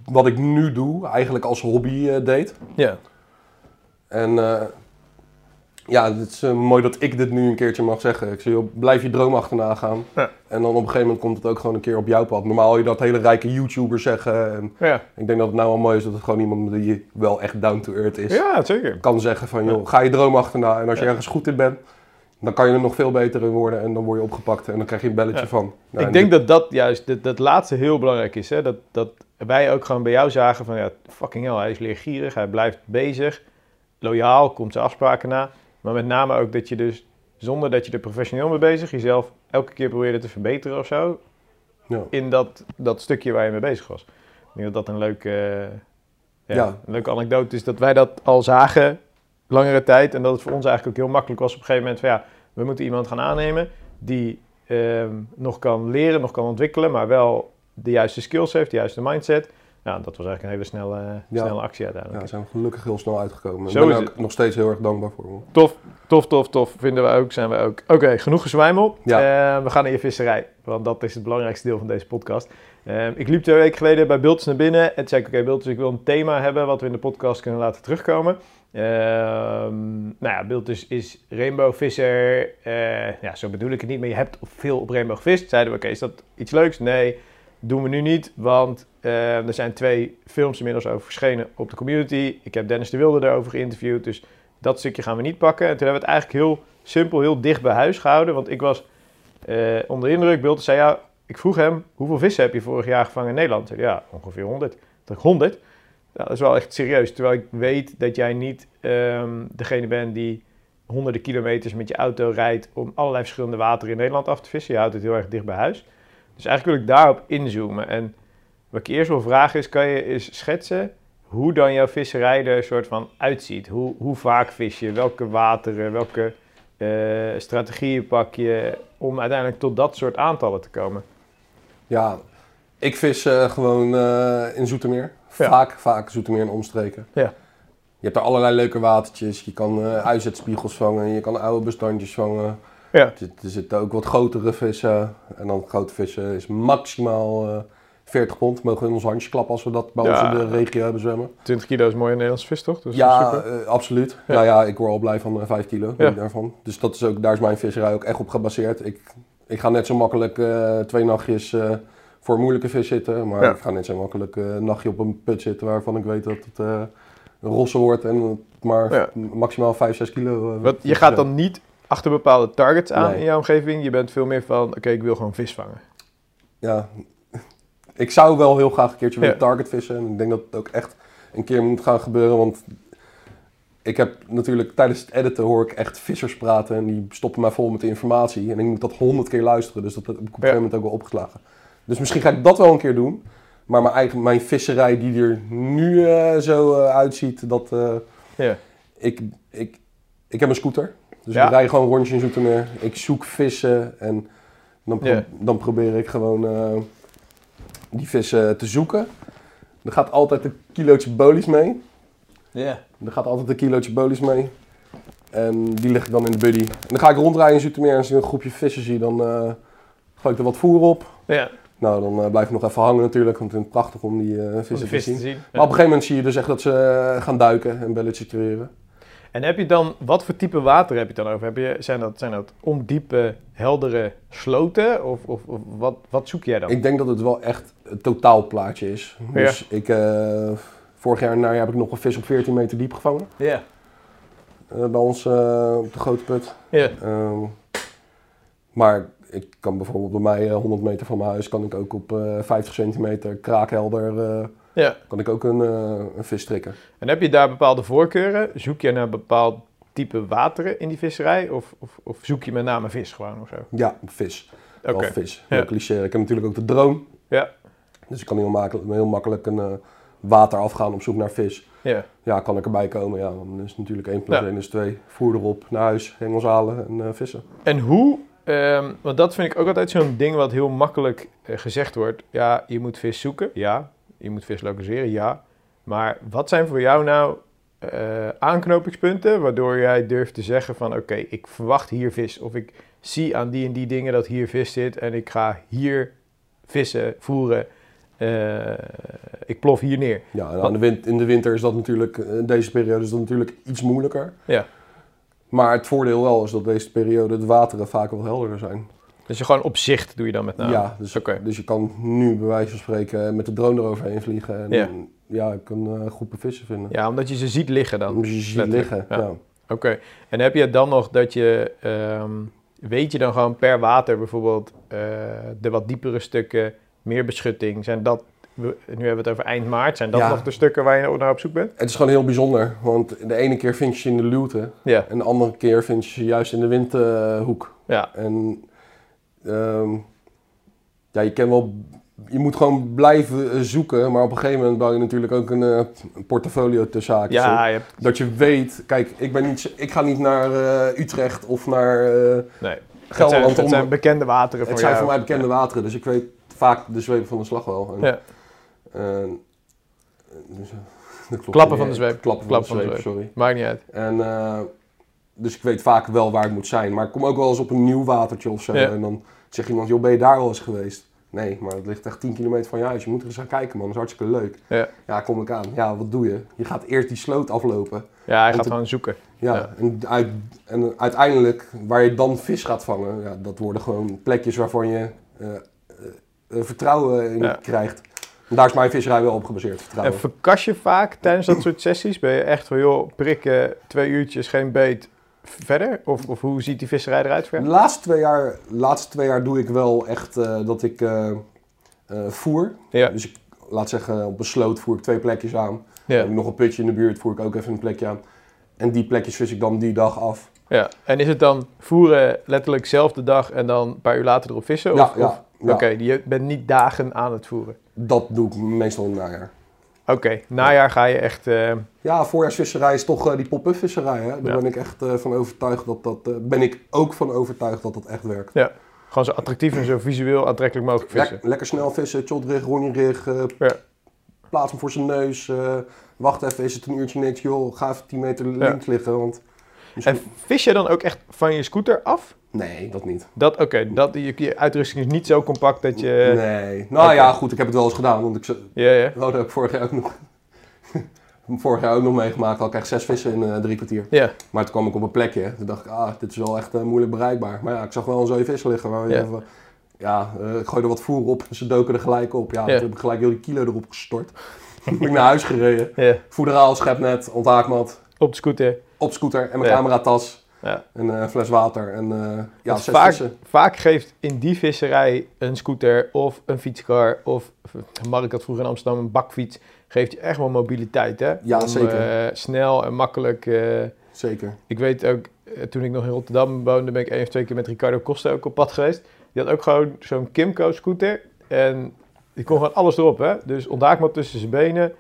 wat ik nu doe eigenlijk als hobby eh, deed.
Ja.
En eh, ja, het is eh, mooi dat ik dit nu een keertje mag zeggen. Ik zeg, joh, blijf je droom achterna gaan.
Ja.
En dan op een gegeven moment komt het ook gewoon een keer op jouw pad. Normaal hoor je dat hele rijke YouTubers zeggen. En
Ja,
ik denk dat het nou al mooi is dat het gewoon iemand die wel echt down to earth is.
ja zeker.
Kan zeggen van, joh, ga je droom achterna. En als je
Ja.
ergens goed in bent, dan kan je er nog veel beter in worden. En dan word je opgepakt en dan krijg je een belletje
Ja.
van. Nou, en
ik denk dat dat juist, dat, dat laatste heel belangrijk is. Hè? Dat, dat wij ook gewoon bij jou zagen van, ja, fucking hell, hij is leergierig, hij blijft bezig, loyaal, komt zijn afspraken na. Maar met name ook dat je dus, zonder dat je er professioneel mee bezig, jezelf elke keer probeerde te verbeteren of zo.
Ja.
In dat, dat stukje waar je mee bezig was. Ik denk dat dat een leuke, eh, ja,
Ja.
een leuke anekdote is, dat wij dat al zagen langere tijd. En dat het voor ons eigenlijk ook heel makkelijk was op een gegeven moment van, ja, we moeten iemand gaan aannemen die ehm, nog kan leren, nog kan ontwikkelen, maar wel de juiste skills heeft, de juiste mindset. Nou, dat was eigenlijk een hele snelle,
Ja.
snelle actie
Ja,
uiteindelijk.
daar zijn we gelukkig heel snel uitgekomen.
Zo
ik ben
is
er ook nog steeds heel erg dankbaar voor. hoor.
Tof, tof, tof, tof. Vinden we ook, zijn we ook. Oké, genoeg gezwijmel.
Ja.
Eh, we gaan naar je visserij, want dat is het belangrijkste deel van deze podcast. Eh, ik liep twee weken geleden bij Bultjes naar binnen en toen zei ik, oké Bultjes, ik wil een thema hebben wat we in de podcast kunnen laten terugkomen. Ehm, nou ja, Bultjes is rainbowvisser. Eh, ja, zo bedoel ik het niet, maar je hebt veel op rainbow gevist. Zeiden we, oké, is dat iets leuks? Nee, doen we nu niet, want eh, er zijn twee films inmiddels over verschenen op de community. Ik heb Dennis de Wilde daarover geïnterviewd, dus dat stukje gaan we niet pakken. En toen hebben we het eigenlijk heel simpel, heel dicht bij huis gehouden. Want ik was eh, onder de indruk. Bilt zei ja, ik vroeg hem, hoeveel vissen heb je vorig jaar gevangen in Nederland? Zei hij, ja, ongeveer 100. Toen dacht ik, 100? Nou, dat is wel echt serieus. Terwijl ik weet dat jij niet ehm, degene bent die honderden kilometers met je auto rijdt om allerlei verschillende wateren in Nederland af te vissen. Je houdt het heel erg dicht bij huis. Dus eigenlijk wil ik daarop inzoomen. En wat ik je eerst wil vragen is, kan je eens schetsen hoe dan jouw visserij er soort van uitziet. Hoe, hoe vaak vis je, welke wateren, welke eh, strategieën pak je om uiteindelijk tot dat soort aantallen te komen.
Ja, ik vis eh, gewoon eh, in Zoetermeer.
Ja.
Vaak, vaak Zoetermeer en omstreken.
Ja.
Je hebt er allerlei leuke watertjes. Je kan eh uitzetspiegels vangen. Je kan oude bestandjes vangen.
Ja.
Er, zit- er zitten ook wat grotere vissen. En dan grote vissen is maximaal eh 40 pond. Mogen we in ons handje klappen als we dat bij
Ja.
ons in de regio hebben zwemmen.
20 kilo is mooi een Nederlands vis, toch? Dus
Ja, eh, absoluut. Nou ja, ik word al blij van eh, 5 kilo
Ja.
daarvan. Dus dat is ook, daar is mijn visserij ook echt op gebaseerd. Ik, ik ga net zo makkelijk eh, twee nachtjes eh, voor een moeilijke vis zitten. Maar
Ja.
ik ga net zo makkelijk eh, een nachtje op een put zitten waarvan ik weet dat het eh een rosse wordt en het maar
Ja.
m- maximaal 5, 6 kilo. eh,
Want je
vis
gaat
is.
dan niet achter bepaalde targets aan
Nee.
in jouw omgeving. Je bent veel meer van, oké, ik wil gewoon vis vangen.
Ja, ik zou wel heel graag een keertje
Ja.
willen target vissen. En ik denk dat het ook echt een keer moet gaan gebeuren. Want ik heb natuurlijk tijdens het editen hoor ik echt vissers praten. En die stoppen mij vol met de informatie. En ik moet dat honderd keer luisteren. Dus dat heb ik op een gegeven moment ook wel opgeslagen. Dus misschien ga ik dat wel een keer doen. Maar mijn, eigen, mijn visserij die er nu eh, zo eh, uitziet, dat eh,
Ja.
ik, ik, ik heb een scooter. Dus
Ja.
ik rij gewoon rondjes in Zoetermeer. Ik zoek vissen en dan, pro-
Ja.
dan probeer ik gewoon eh, die vissen te zoeken. Er gaat altijd een kilootje bolies mee.
Ja.
Er gaat altijd een kilootje bolies mee. En die leg ik dan in de buddy. En dan ga ik rondrijden in Zoetermeer en als ik een groepje vissen zie, dan eh, gooi ik er wat voer op.
Ja,
Nou, dan eh, blijf ik nog even hangen natuurlijk, want het is prachtig om die eh,
om de
vissen te
vis te
zien.
zien.
Maar op een gegeven moment zie je dus echt dat ze eh, gaan duiken en belletjes creëren.
En heb je dan, wat voor type water heb je het dan over? Heb je, zijn, dat, zijn dat ondiepe, heldere sloten? Of, of, of wat, wat zoek jij dan?
Ik denk dat het wel echt het totaalplaatje is. Dus ik, eh, vorig jaar en najaar heb ik nog een vis op 14 meter diep gevangen.
Ja.
eh, bij ons eh, op de grote put.
Ja.
Ehm, maar ik kan bijvoorbeeld bij mij eh, 100 meter van mijn huis kan ik ook op eh, 50 centimeter kraakhelder eh,
Ja.
kan ik ook een, eh, een vis strikken.
En heb je daar bepaalde voorkeuren? Zoek je naar bepaald type wateren in die visserij? Of, of, of zoek je met name vis gewoon of zo? Oké.
Ja, vis. Wel vis.
Ja.
Heel cliché. Ik heb natuurlijk ook de drone.
Ja.
Dus ik kan heel makkelijk, heel makkelijk een eh, water afgaan op zoek naar vis.
Ja.
Ja, kan ik erbij komen. Ja, dan is het natuurlijk 1 plus
Ja.
1 is 2. Voer erop, naar huis, hengels halen en eh, vissen.
En hoe, ehm, want dat vind ik ook altijd zo'n ding wat heel makkelijk eh, gezegd wordt. Ja, je moet vis zoeken, ja. Je moet vis lokaliseren, ja. Maar wat zijn voor jou nou eh, aanknopingspunten waardoor jij durft te zeggen van... oké, ik verwacht hier vis. Of ik zie aan die en die dingen dat hier vis zit en ik ga hier vissen, voeren. Eh, ik plof hier neer.
Ja, en aan de win- in de winter is dat natuurlijk, eh, in deze periode is dat natuurlijk iets moeilijker.
Ja.
Maar het voordeel wel is dat deze periode de wateren vaak wel helderder zijn.
Dus je gewoon op zicht doe je dan met name.
ja, dus,
Nou, oké.
dus je kan nu bij wijze van spreken met de drone eroverheen vliegen. En
Ja.
ja, je kan eh, groepen vissen vinden.
Ja, omdat je ze ziet liggen dan.
Omdat je ze ziet
letterlijk,
liggen.
ja.
Ja.
Oké, en heb je dan nog dat je, ehm, weet je dan gewoon per water bijvoorbeeld eh, de wat diepere stukken, meer beschutting, zijn dat, we- nu hebben we het over eind maart, zijn dat
Ja.
nog de stukken waar je naar op zoek bent?
Het is gewoon heel bijzonder, want de ene keer vind je ze in de luwte
Ja,
en de andere keer vind je ze juist in de windhoek.
ja,
En ehm, ja, je kan wel, je moet gewoon blijven eh, zoeken, maar op een gegeven moment bouw je natuurlijk ook een eh, een portfolio ter zake.
ja, je hebt,
Dat je weet, kijk, ik, ben niet, z- ik ga niet naar eh, Utrecht of naar eh,
nee, het zijn,
Gelderland.
het
om-
zijn bekende wateren voor
het zijn
jou.
voor mij bekende wateren, dus ik weet vaak de zweep van de slag wel. En,
Ja.
en- dus, eh, dat klopt
Klappen
niet.
van de zweep.
Klappen van,
Klappen
de, zweep, sorry.
Maakt niet uit.
En, eh, dus ik weet vaak wel waar ik moet zijn. Maar ik kom ook wel eens op een nieuw watertje of zo.
Ja.
En dan zegt iemand, joh, ben je daar wel eens geweest? Nee, maar het ligt echt 10 kilometer van je huis. Je moet er eens gaan kijken, man. Dat is hartstikke leuk.
Ja.
kom ik aan. Ja, wat doe je? Je gaat eerst die sloot aflopen.
Ja, hij
Om
gaat
te-
gewoon zoeken.
Ja,
Ja.
En, uit, en uiteindelijk, waar je dan vis gaat vangen, ja, dat worden gewoon plekjes waarvan je eh, eh, eh, vertrouwen in
Ja.
krijgt. En daar is mijn visserij wel op gebaseerd,
En
vertrouwen.
verkas je vaak tijdens dat soort sessies? Ben je echt van, joh, prikken, twee uurtjes, geen beet, verder? Of, of hoe ziet die visserij eruit voor
De
jou?
laatste twee jaar, laatste twee jaar doe ik wel echt eh, dat ik eh, eh, voer.
Ja,
Dus ik laat zeggen, op een sloot voer ik twee plekjes aan. Heb
ja,
ik nog een putje in de buurt, voer ik ook even een plekje aan. En die plekjes vis ik dan die dag af.
Ja, en is het dan voeren letterlijk zelf de dag en dan een paar uur later erop vissen?
ja,
Oh, of, of-
ja,
Oké,
ja.
je bent niet dagen aan het voeren.
dat doe ik meestal in het najaar.
Oké, najaar ga je echt... eh,
Ja, voorjaarsvisserij is toch eh, die pop-up visserij. Hè? Daar
Ja.
ben ik echt eh, van overtuigd dat dat. eh, ben ik ook van overtuigd dat dat echt werkt.
gewoon zo attractief en zo visueel aantrekkelijk mogelijk vissen.
Lek- lekker snel vissen, tjotrig, ronjerig. eh
Ja.
Plaats hem voor zijn neus. eh, wacht even, is het een uurtje niks? Joh, ga even 10 meter links liggen. Want misschien...
En vis je dan ook echt van je scooter af?
Nee, dat niet.
Dat, oké, dat je, je uitrusting is niet zo compact dat je...
nee. Nou
Eh, oké.
ja, goed, ik heb het wel eens gedaan. Want ik z-
Ja, ja.
oh, dat heb ik vorig jaar ook nog. vorig jaar ook nog meegemaakt. Had ik echt zes vissen in eh, drie kwartier.
Ja,
Maar toen kwam ik op een plekje. Toen dacht ik, ah, dit is wel echt eh, moeilijk bereikbaar. Maar ja, ik zag wel een zooi vissen liggen. Waar we
Ja.
even, ja, eh, ik gooide wat voer op. Ze doken er gelijk op. Ja,
Ja.
toen heb ik gelijk heel die kilo erop gestort. toen ben ik naar huis gereden.
ja.
Voederaal, schepnet, onthaakmat,
Op de scooter.
op scooter en mijn
Ja.
cameratas.
Ja.
En eh, een fles water en eh, ja,
Want
zes
Nou, vaak,
vissen.
vaak geeft in die visserij een scooter of een fietskar of, Mark had vroeger in Amsterdam een bakfiets, geeft je echt wel mobiliteit hè?
Ja, zeker.
eh, snel en makkelijk. eh,
Zeker.
ik weet ook, eh, toen ik nog in Rotterdam woonde, ben ik één of twee keer met Ricardo Costa ook op pad geweest. Die had ook gewoon zo'n Kimco scooter en die kon gewoon alles erop hè. Dus onthaakmat tussen zijn benen,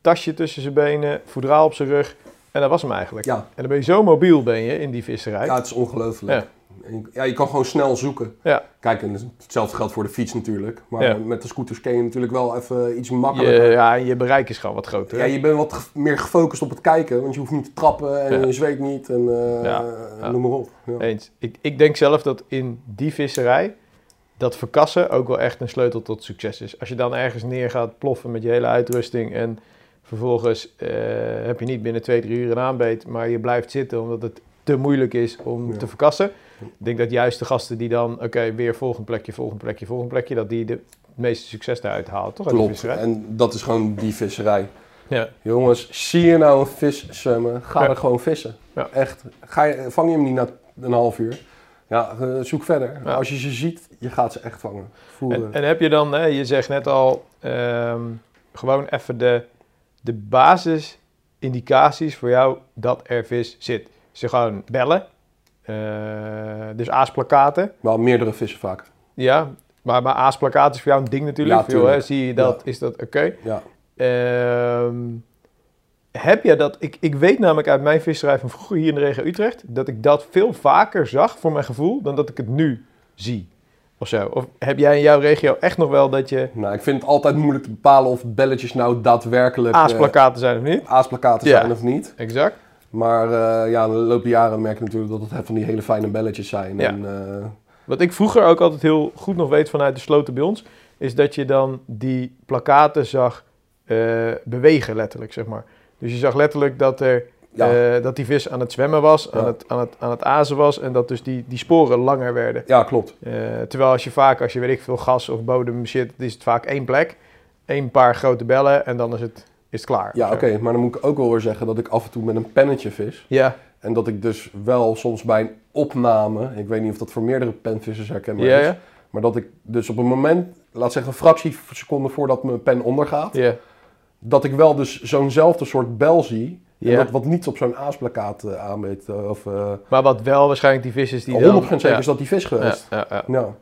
tasje tussen zijn benen, voedraal op zijn rug en dat was hem eigenlijk.
Ja.
En dan ben je zo mobiel ben je in die visserij.
Ja, het is ongelooflijk. En je- Ja, je kan gewoon snel zoeken.
Ja.
Kijk, en hetzelfde geldt voor de fiets natuurlijk. Maar
Ja.
met de scooters kun je natuurlijk wel even iets makkelijker.
Je, ja, en je bereik is gewoon wat groter.
Ja,
hè?
je bent wat ge- meer gefocust op het kijken, want je hoeft niet te trappen en
Ja.
je zweet niet en eh,
Ja,
eh,
ja.
noem maar op. Ja.
Eens. Ik, ik denk zelf dat in die visserij dat verkassen ook wel echt een sleutel tot succes is. Als je dan ergens neer gaat ploffen met je hele uitrusting en vervolgens eh, heb je niet binnen twee, drie uur een aanbeet, maar je blijft zitten omdat het te moeilijk is om
Ja.
te verkassen. Ik denk dat juist de gasten die dan, oké, weer volgend plekje, volgend plekje, volgend plekje, dat die de het meeste succes daaruit halen, toch? uit die
Klopt,
visserij?
en dat is gewoon die visserij.
Ja.
Jongens, zie je nou een vis zwemmen, ga
Ja.
er gewoon vissen.
Ja.
Echt, ga je, vang je hem niet na een half uur. Ja, eh, zoek verder.
Ja.
Als je ze ziet, je gaat ze echt vangen. Voeren.
En, en heb je dan, hè, je zegt net al, ehm, gewoon even de, de basisindicaties voor jou dat er vis zit. Ze gewoon bellen, eh, dus aasplakaten.
Maar meerdere vissen vaak.
Ja, maar, maar aasplakaten is voor jou een ding natuurlijk.
Ja,
Van, joh, hè,
tuurlijk.
zie je dat, is dat oké?
Ja.
Ehm, heb je dat? Ik, ik weet namelijk uit mijn visserij van vroeger hier in de regio Utrecht dat ik dat veel vaker zag voor mijn gevoel dan dat ik het nu zie. Of zo. Of heb jij in jouw regio echt nog wel dat je
Nou, ik vind het altijd moeilijk te bepalen of belletjes nou daadwerkelijk eh,
aasplakkaten zijn of niet?
aasplakaten
Ja.
zijn of niet.
Exact.
Maar eh, ja, in de loop der jaren merk je natuurlijk dat het van die hele fijne belletjes zijn.
Ja.
En, eh,
Wat ik vroeger ook altijd heel goed nog weet vanuit de sloten bij ons, is dat je dan die plakaten zag eh, bewegen, letterlijk, zeg maar. Dus je zag letterlijk dat, er,
ja,
eh, dat die vis aan het zwemmen was, aan,
Ja.
het, aan, het, aan het azen was en dat dus die, die sporen langer werden.
ja, klopt.
Eh, terwijl als je vaak, als je weet ik veel gas of bodem shit, is het vaak één plek, één paar grote bellen en dan is het, is het klaar.
Ja,
Zo.
oké. Maar dan moet ik ook wel weer zeggen dat ik af en toe met een pennetje vis.
Ja,
En dat ik dus wel soms bij een opname, ik weet niet of dat voor meerdere penvissers herkenbaar
ja,
is,
ja.
maar dus- dat ik dus op een moment, laat zeggen een fractie seconde voordat mijn pen ondergaat,
ja.
dat ik wel dus zo'nzelfde soort bel zie, en
Ja.
dat wat niets op zo'n aasplakkaat eh, aanbeet. eh, Of eh,
Maar wat wel waarschijnlijk die vis is die
100%
dan...
zeker
ja.
is dat die vis
Ja,
geweest.
ja, ja.
Ja.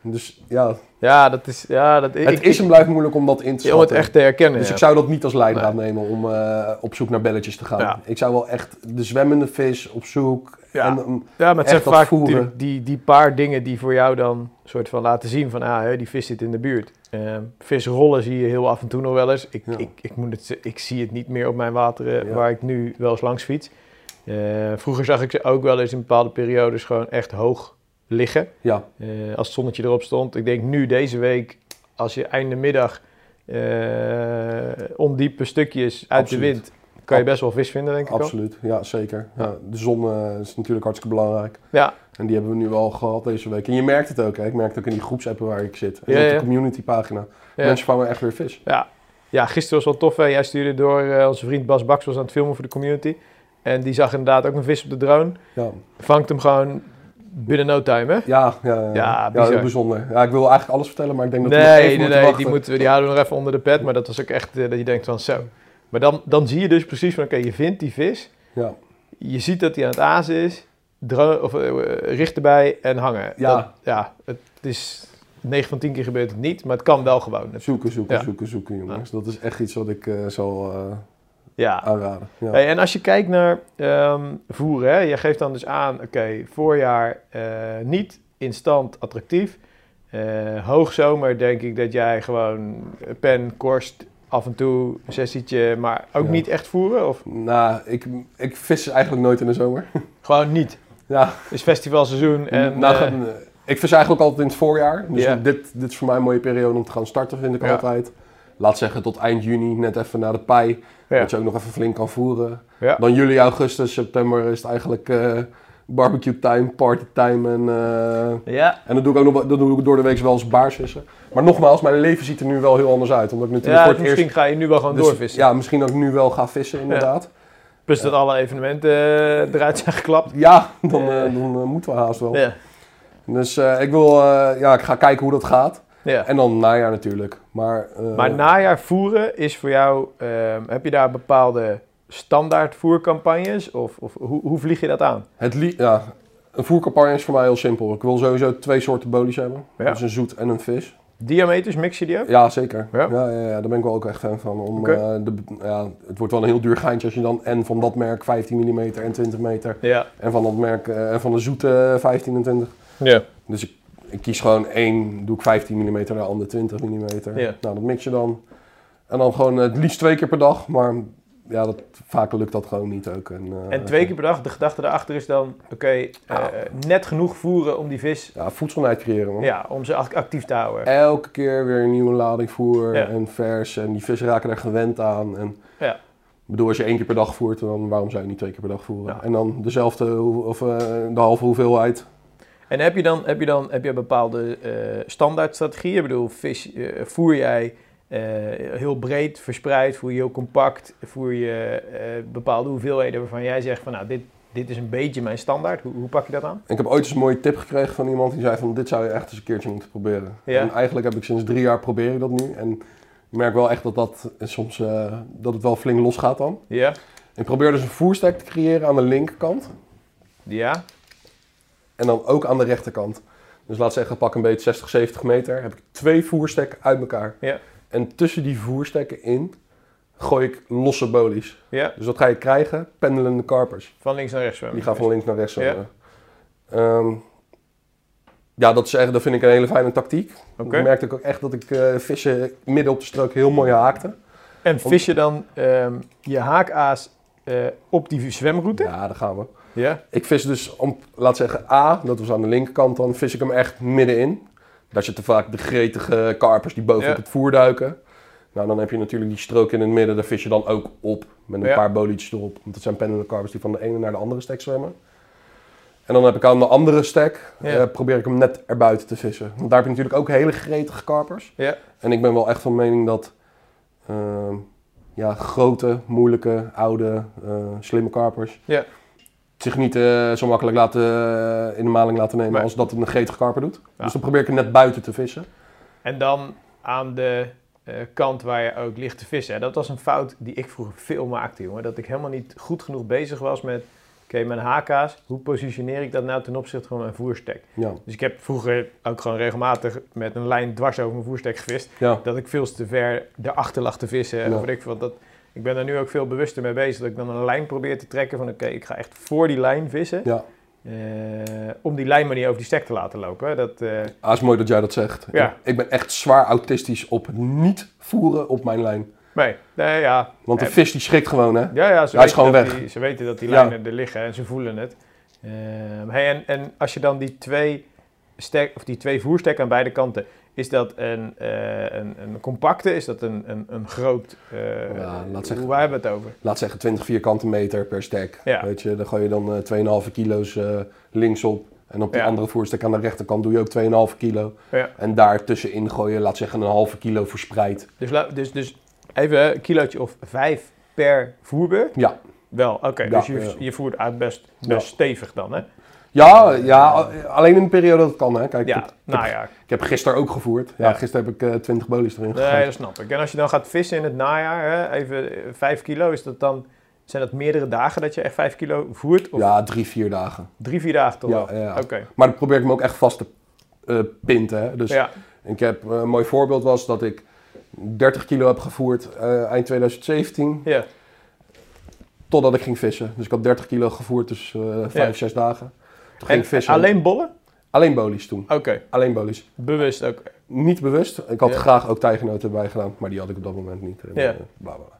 Dus ja,
Ja, dat is... Ja, dat,
het is hem blijft moeilijk om dat in te
om het
schatten.
echt te herkennen.
Dus
ja.
ik zou dat niet als leidraad nemen om eh, op zoek naar belletjes te gaan.
Ja.
Ik zou wel echt de zwemmende vis op zoek.
Ja.
En, mm,
Ja, maar het
Echt
zijn
dat
vaak
voeren.
natuurlijk die, die paar dingen die voor jou dan soort van laten zien van ah, hè, die vis zit in de buurt. Ehm, visrollen zie je heel af en toe nog wel eens. Ik,
Ja.
ik, ik, moet het, ik zie het niet meer op mijn wateren
Ja.
waar ik nu wel eens langs fiets. Eh, vroeger zag ik ze ook wel eens in bepaalde periodes gewoon echt hoog liggen.
ja,
Eh, als het zonnetje erop stond. Ik denk nu deze week, als je einde middag eh, ondiepe stukjes uit de
Absoluut.
wind, kan je best wel vis vinden denk ik al.
absoluut. Ja, zeker. Ja, de zon eh, is natuurlijk hartstikke belangrijk.
Ja,
En die hebben we nu al gehad deze week. En je merkt het ook. Hè? Ik merk het ook in die groepsappen waar ik zit. En
Ja,
op
ja.
de communitypagina.
ja.
Mensen vangen echt weer vis.
Ja. ja, gisteren was wel tof. Hè? Jij stuurde door eh, onze vriend Bas Baks was aan het filmen voor de community. En die zag inderdaad ook een vis op de drone.
Ja,
Vangt hem gewoon binnen no time, hè?
ja, ja,
Ja,
ja
bizar.
heel bijzonder. Ja, ik wil eigenlijk alles vertellen, maar ik denk dat we nog even
Nee, nee,
moeten
nee die,
wachten.
moeten we, die houden we nog even onder de pet. Maar dat was ook echt eh, dat je denkt van zo. Maar dan, dan zie je dus precies van oké, je vindt die vis.
Ja.
Je ziet dat hij aan het azen is. Dro- of, eh, richt erbij en hangen.
Ja.
Dat- ja, het is 9 van 10 keer gebeurt het niet, maar het kan wel gewoon. Dus,
Zoeken, zoeken,
Ja.
zoeken, zoeken, jongens. Dat is echt iets wat ik eh zal eh,
Ja,
aanraden. Ja.
Hey, en als je kijkt naar ehm, voeren, hè, je geeft dan dus aan, oké, voorjaar eh, niet instant attractief. Eh, hoogzomer denk ik dat jij gewoon pen, korst, af en toe een sessietje, maar ook
Ja.
niet echt voeren? Of
Nou, ik, ik vis eigenlijk nooit in de zomer.
gewoon niet?
Ja,
Het is festivalseizoen en...
nou,
eh,
gaan- eh, ik vis eigenlijk ook altijd in het voorjaar. Dus
Ja.
dit, dit is voor mij een mooie periode om te gaan starten, vind ik
Ja.
altijd. Laat zeggen tot eind juni, net even na de pij.
Ja.
Dat je ook nog even flink kan voeren.
Ja.
Dan juli, augustus, september is het eigenlijk eh, barbecue time, party time. En, eh,
ja,
en dat doe ik ook nog wel- dat doe ik door de week wel als baarsvissen. Maar nogmaals, mijn leven ziet er nu wel heel anders uit. Omdat ik natuurlijk
ja
voor
dus
het eerst...
misschien ga je nu wel gewoon
dus-
doorvissen.
Ja, misschien dat ik nu wel ga vissen inderdaad.
Plus dat alle evenementen eh, eruit zijn geklapt.
Ja, dan, eh,
Eh.
dan eh, moeten we haast wel.
Ja,
Dus eh, ik wil, eh, ja, ik ga kijken hoe dat gaat.
ja.
En dan najaar natuurlijk. Maar, eh,
Maar najaar voeren is voor jou, ehm, heb je daar bepaalde standaard voercampagnes of, of hoe, hoe vlieg je dat aan?
het li- ja, een voercampagne is voor mij heel simpel. Ik wil sowieso twee soorten bolies hebben.
Ja.
Dus een zoet en een vis.
Diameters mix je die ook?
Ja, zeker.
Ja.
Ja. Ja, ja, daar ben ik wel ook echt fan van. Om,
Oké.
eh, de, ja, het wordt wel een heel duur geintje als je dan en van dat merk 15 mm en 20 meter.
Ja.
En van dat merk eh, en van de zoete 15 en 20.
ja.
Dus ik, ik kies gewoon één, doe ik 15 mm, de ander 20 mm.
Ja.
Nou, dat mix je dan. En dan gewoon het liefst twee keer per dag, maar ja, dat, vaak lukt dat gewoon niet ook. En, eh,
En twee keer per dag, de gedachte daarachter is dan, oké, eh, net genoeg voeren om die vis,
Ja, voedselheid creëren, man.
ja, om ze act- actief te houden.
Elke keer weer een nieuwe lading voer
Ja.
en vers en die vissen raken er gewend aan. En,
Ja.
Ik bedoel, als je één keer per dag voert, dan waarom zou je niet twee keer per dag voeren?
Ja.
En dan dezelfde, hoe- of eh, de halve hoeveelheid.
En heb je dan, heb je dan heb je bepaalde eh standaard strategieën? Ik bedoel, vis, eh, voer jij eh, heel breed verspreid, voer je heel compact, voer je eh, bepaalde hoeveelheden waarvan jij zegt van nou, dit, dit is een beetje mijn standaard. Hoe, hoe pak je dat aan?
Ik heb ooit eens een mooie tip gekregen van iemand die zei van dit zou je echt eens een keertje moeten proberen.
Ja.
En eigenlijk heb ik sinds drie jaar probeer ik dat nu. En ik merk wel echt dat dat soms eh, dat het wel flink losgaat dan.
Ja,
Ik probeer dus een voerstack te creëren aan de linkerkant
ja,
en dan ook aan de rechterkant. Dus laat zeggen, pak een beetje 60, 70 meter. Heb ik twee voerstekken uit elkaar.
Ja.
En tussen die voerstekken in gooi ik losse bolies.
Ja,
Dus wat ga je krijgen? Pendelende karpers.
van links naar rechts zwemmen.
Die gaan van links naar rechts.
Oh, Ja.
zwemmen. Ehm, ja, dat, is echt, dat vind ik een hele fijne tactiek.
Oké.
Ik merkte ook echt dat ik eh, vissen midden op de strook heel mooi haakte.
En vis je dan ehm, je haakaas eh, op die zwemroute?
Ja, daar gaan we.
Ja.
Ik vis dus, om, laat zeggen A, dat was aan de linkerkant dan, vis ik hem echt middenin. Daar zitten vaak de gretige karpers die boven
Ja.
op het voer duiken. Nou, dan heb je natuurlijk die strook in het midden, daar vis je dan ook op. Met een
Ja.
paar bolietjes erop. Want dat zijn pennende karpers die van de ene naar de andere stek zwemmen. En dan heb ik aan de andere stek,
Ja.
eh, probeer ik hem net erbuiten te vissen. Want daar heb je natuurlijk ook hele gretige karpers.
Ja.
En ik ben wel echt van mening dat ehm, ja, grote, moeilijke, oude, eh, slimme karpers
Ja.
zich niet eh, zo makkelijk laten, eh, in de maling laten nemen
Nee.
als dat een gretige karper doet.
Ja.
Dus dan probeer ik hem net buiten te vissen.
En dan aan de eh, kant waar je ook ligt te vissen. En dat was een fout die ik vroeger veel maakte, jongen. Dat ik helemaal niet goed genoeg bezig was met... Oké, mijn haakaas, hoe positioneer ik dat nou ten opzichte van mijn voerstek?
Ja,
Dus ik heb vroeger ook gewoon regelmatig met een lijn dwars over mijn voerstek gevist.
ja.
dat ik veel te ver erachter lag te vissen.
Ja.
Of weet ik, wat dat, ik ben er nu ook veel bewuster mee bezig. Dat ik dan een lijn probeer te trekken van oké, ik ga echt voor die lijn vissen.
ja.
eh, om die lijn maar niet over die stek te laten lopen. Dat, eh,
Ah, is mooi dat jij dat zegt.
Ja.
Ik, ik ben echt zwaar autistisch op niet voeren op mijn lijn.
nee, nee, ja.
Want de
Eh,
vis die schrikt gewoon, hè?
ja, ja, ze,
hij is
weten
gewoon
dat
weg.
Die, ze weten dat die
Ja.
lijnen er liggen en ze voelen het. Ehm, hey, en, en als je dan die twee, stek, of die twee voerstekken aan beide kanten... Is dat een, eh, een, een compacte? Is dat een, een, een groot... eh,
Ja, laat
hoe
zeggen-
waar hebben we het over?
Laat zeggen 20 vierkante meter per stek.
Ja.
Weet je, dan gooi je dan eh 2,5 kilo's eh, linksop. En op de
Ja.
andere voerstek aan de rechterkant doe je ook 2,5 kilo.
Ja.
En daar tussenin gooi je, laat zeggen, een halve kilo verspreid.
Dus, la- dus, dus even een kilootje of vijf per voerbeurt?
Ja.
Wel, oké.
Ja,
dus je,
ja.
je voert uit best, best
Ja.
stevig dan, hè?
Ja, eh, ja, alleen in de periode dat het kan, hè? Kijk,
Ja, nou ja.
Ik heb gisteren ook gevoerd. Ja,
Ja.
gisteren heb ik eh 20 bolies erin
Nee,
gegooid.
dat snap ik. En als je dan gaat vissen in het najaar, hè, even eh, vijf kilo, is dat dan, zijn dat meerdere dagen dat je echt vijf kilo voert? Of
Ja, drie, vier dagen.
drie, vier dagen toch
Ja,
wel?
ja.
Oh, Oké.
Maar dan probeer ik hem ook echt vast te eh, pinten. Hè? Dus
Ja,
ik heb, eh, een mooi voorbeeld was dat ik 30 kilo heb gevoerd eh, eind 2017,
ja.
totdat ik ging vissen. Dus ik had 30 kilo gevoerd, dus eh, vijf,
Ja.
zes dagen. Toen ging
En
ik vissen.
alleen bollen?
alleen bolies toen.
Oké,
Alleen bolies.
bewust ook.
Niet bewust. Ik had
Ja.
graag ook tijgenoten erbij gedaan, maar die had ik op dat moment niet. En,
Ja.
eh, bla, bla, bla.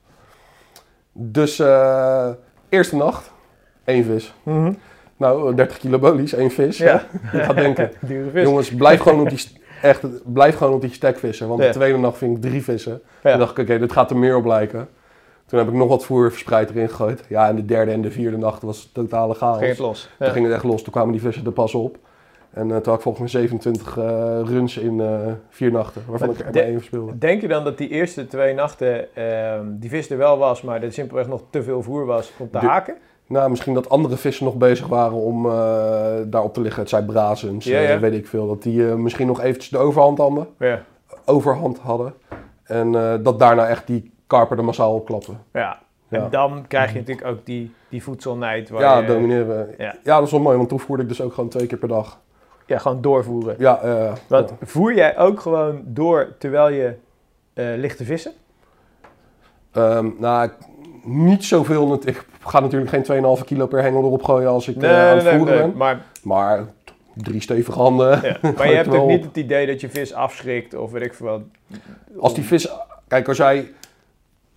Dus eh, eerste nacht, één vis.
Mhm.
Nou, 30 kilo bolies, één vis.
Ja.
hè? Je gaat denken,
Dure vis.
Jongens, blijf gewoon op die, st- echt, blijf gewoon op die stek vissen. Want
Ja.
de tweede nacht ving ik drie vissen.
Ja.
Toen dacht ik, oké, dit gaat er meer op lijken. Toen heb ik nog wat voer verspreid erin gegooid. Ja, en de derde en de vierde nacht was het totale chaos.
Ging het los. Ja.
Toen ging het echt los. Toen kwamen die vissen er pas op. En eh, toen had ik volgens mij 27 eh, runs in eh, vier nachten. Waarvan
Maar
ik er
de-
maar één verspeelde.
Denk je dan dat die eerste twee nachten ehm, die vis er wel was, maar er simpelweg nog te veel voer was om te
De-
haken?
Nou, misschien dat andere vissen nog bezig waren om eh, daarop te liggen. Het zijn brazens,
Ja,
eh,
ja.
weet ik veel. Dat die eh, misschien nog eventjes de overhand hadden.
Ja.
overhand hadden. En eh, dat daarna echt die karper er massaal op klappen.
ja.
Ja.
En dan krijg je natuurlijk ook die, die voedselnijd waar
ja,
je
domineren we.
ja.
Ja. dat is wel mooi, want toen voerde ik dus ook gewoon twee keer per dag.
ja, gewoon doorvoeren.
Ja, eh,
Want
ja.
voer jij ook gewoon door terwijl je eh, ligt te vissen?
Ehm, nou, ik- niet zoveel. nat- Ik ga natuurlijk geen 2,5 kilo per hengel erop gooien als ik eh, aan het voeren ben.
Maar,
Maar drie stevige handen.
ja. maar
Gooi
je
het
hebt
wel
ook niet
op.
het idee dat je vis afschrikt of weet ik veel wat.
Als die vis... Kijk, als jij...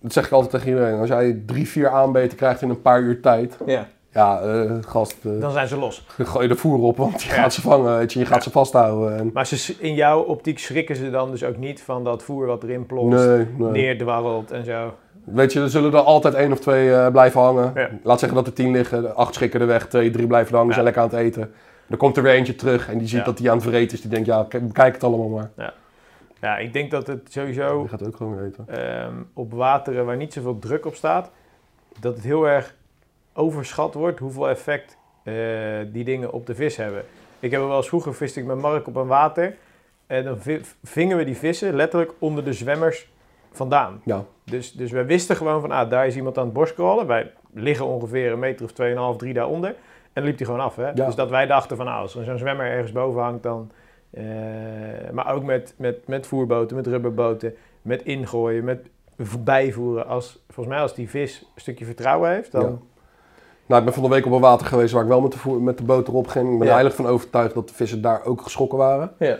Dat zeg ik altijd tegen iedereen. Als jij drie, vier aanbeten krijgt in een paar uur tijd...
Ja,
Ja, eh, gast, eh,
dan zijn ze los.
gooi je de voer op, want je
Ja.
gaat ze vangen. Weet je, je gaat ze vasthouden. En,
Maar ze, in jouw optiek schrikken ze dan dus ook niet van dat voer wat erin plonst,
nee, nee.
neerdwarrelt en zo.
Weet je, er zullen er altijd één of twee eh, blijven hangen.
Ja.
Laat zeggen dat er tien liggen, de acht schikken er weg, twee, drie blijven hangen,
Ja.
zijn lekker aan het eten. Dan komt er weer eentje terug en die ziet
Ja.
dat die aan het vreten is. Die denkt, ja, k- kijk het allemaal maar.
Ja, ik denk dat het sowieso
Die gaat ook gewoon weer eten.
ehm, op wateren waar niet zoveel druk op staat, dat het heel erg overschat wordt hoeveel effect eh, die dingen op de vis hebben. Ik heb er wel eens vroeger vist ik met Mark op een water en dan vi- vingen we die vissen letterlijk onder de zwemmers vandaan.
Ja.
Dus, dus we wisten gewoon van, ah, daar is iemand aan het borstkrollen. Wij liggen ongeveer een meter of 2,5, 3 daaronder. En dan liep hij gewoon af. Hè?
Ja.
Dus dat wij dachten van, ah, als er zo'n zwemmer ergens boven hangt dan... eh, maar ook met, met, met voerboten, met rubberboten, met ingooien, met v- bijvoeren. Als, volgens mij als die vis een stukje vertrouwen heeft, dan...
Ja. Nou, ik ben van de week op een water geweest waar ik wel met de, voer- met de boot erop ging. Ik ben
Ja.
er eigenlijk van overtuigd dat de vissen daar ook geschrokken waren.
Ja.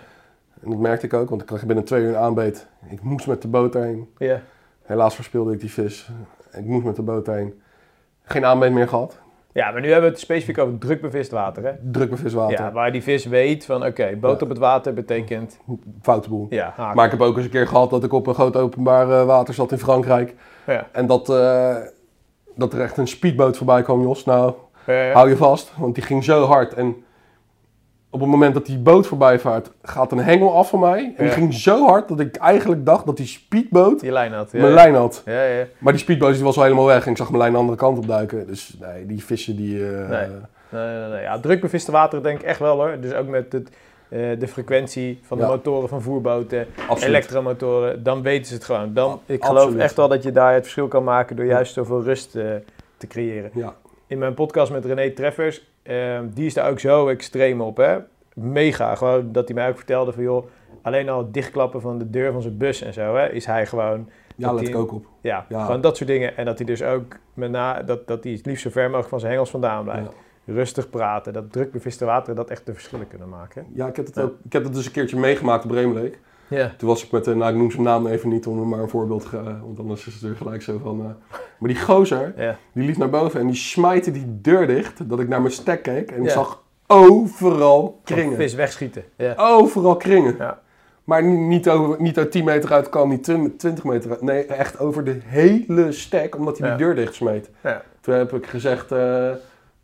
En dat merkte ik ook, want ik kreeg binnen twee uur een aanbeet. Ik moest met de boot erheen.
Ja.
Helaas verspeelde ik die vis. Ik moest met de boot erheen. Geen aanbeet meer gehad.
ja, maar nu hebben we het specifiek over druk bevist water, hè?
Druk met viswater.
Ja, waar die vis weet van, oké, boot
Ja.
op het water betekent...
Foute boel.
Ja, haken.
Maar ik heb ook eens een keer gehad dat ik op een groot openbaar eh, water zat in Frankrijk.
Ja.
En dat, eh, dat er echt een speedboot voorbij kwam, Jos. Nou,
Eh,
hou je vast, want die ging zo hard. En op het moment dat die boot voorbij vaart, gaat een hengel af van mij. En die
Ja.
ging zo hard dat ik eigenlijk dacht dat die speedboot
die lijn had. Ja,
mijn
ja.
lijn had.
Ja, ja.
Maar die speedboot die was al helemaal weg en ik zag mijn lijn de andere kant op duiken. Dus nee, die vissen die... eh,
Nee. Nee, nee, nee. Ja, druk beviste wateren denk ik echt wel hoor. Dus ook met het, eh, de frequentie van de
Ja.
motoren van voerboten,
absoluut.
elektromotoren, dan weten ze het gewoon. Dan, ik geloof
absoluut.
echt wel dat je daar het verschil kan maken door juist zoveel rust eh, te creëren.
Ja.
In mijn podcast met René Treffers, eh, die is daar ook zo extreem op hè. Mega, gewoon dat hij mij ook vertelde van joh, alleen al het dichtklappen van de deur van zijn bus en zo hè, is hij gewoon
ja, let
die-
ik ook op.
ja,
Ja.
gewoon dat soort dingen. En dat hij dus ook met na, dat, dat hij het liefst zo ver mogelijk van zijn hengels vandaan blijft. Rustig praten, dat druk beviste water, dat echt de verschillen kunnen maken.
Ja, ik heb, het
Ja.
ook, ik heb dat dus een keertje meegemaakt op Breemleek.
Ja.
Toen was ik met, eh, nou ik noem zijn naam even niet om hem maar een voorbeeld te geven, want anders is het er gelijk zo van. eh. Maar die gozer,
Ja.
die liep naar boven en die smijte die deur dicht, dat ik naar mijn stek keek en ik
Ja.
zag overal kringen.
Vis wegschieten. Ja.
Overal kringen.
Ja.
Maar ni- niet, over, niet uit 10 meter uit kwam, niet 20 20 meter uit. Nee, echt over de hele stek, omdat hij
Ja.
die deur dicht smeet.
Ja.
Toen heb ik gezegd eh,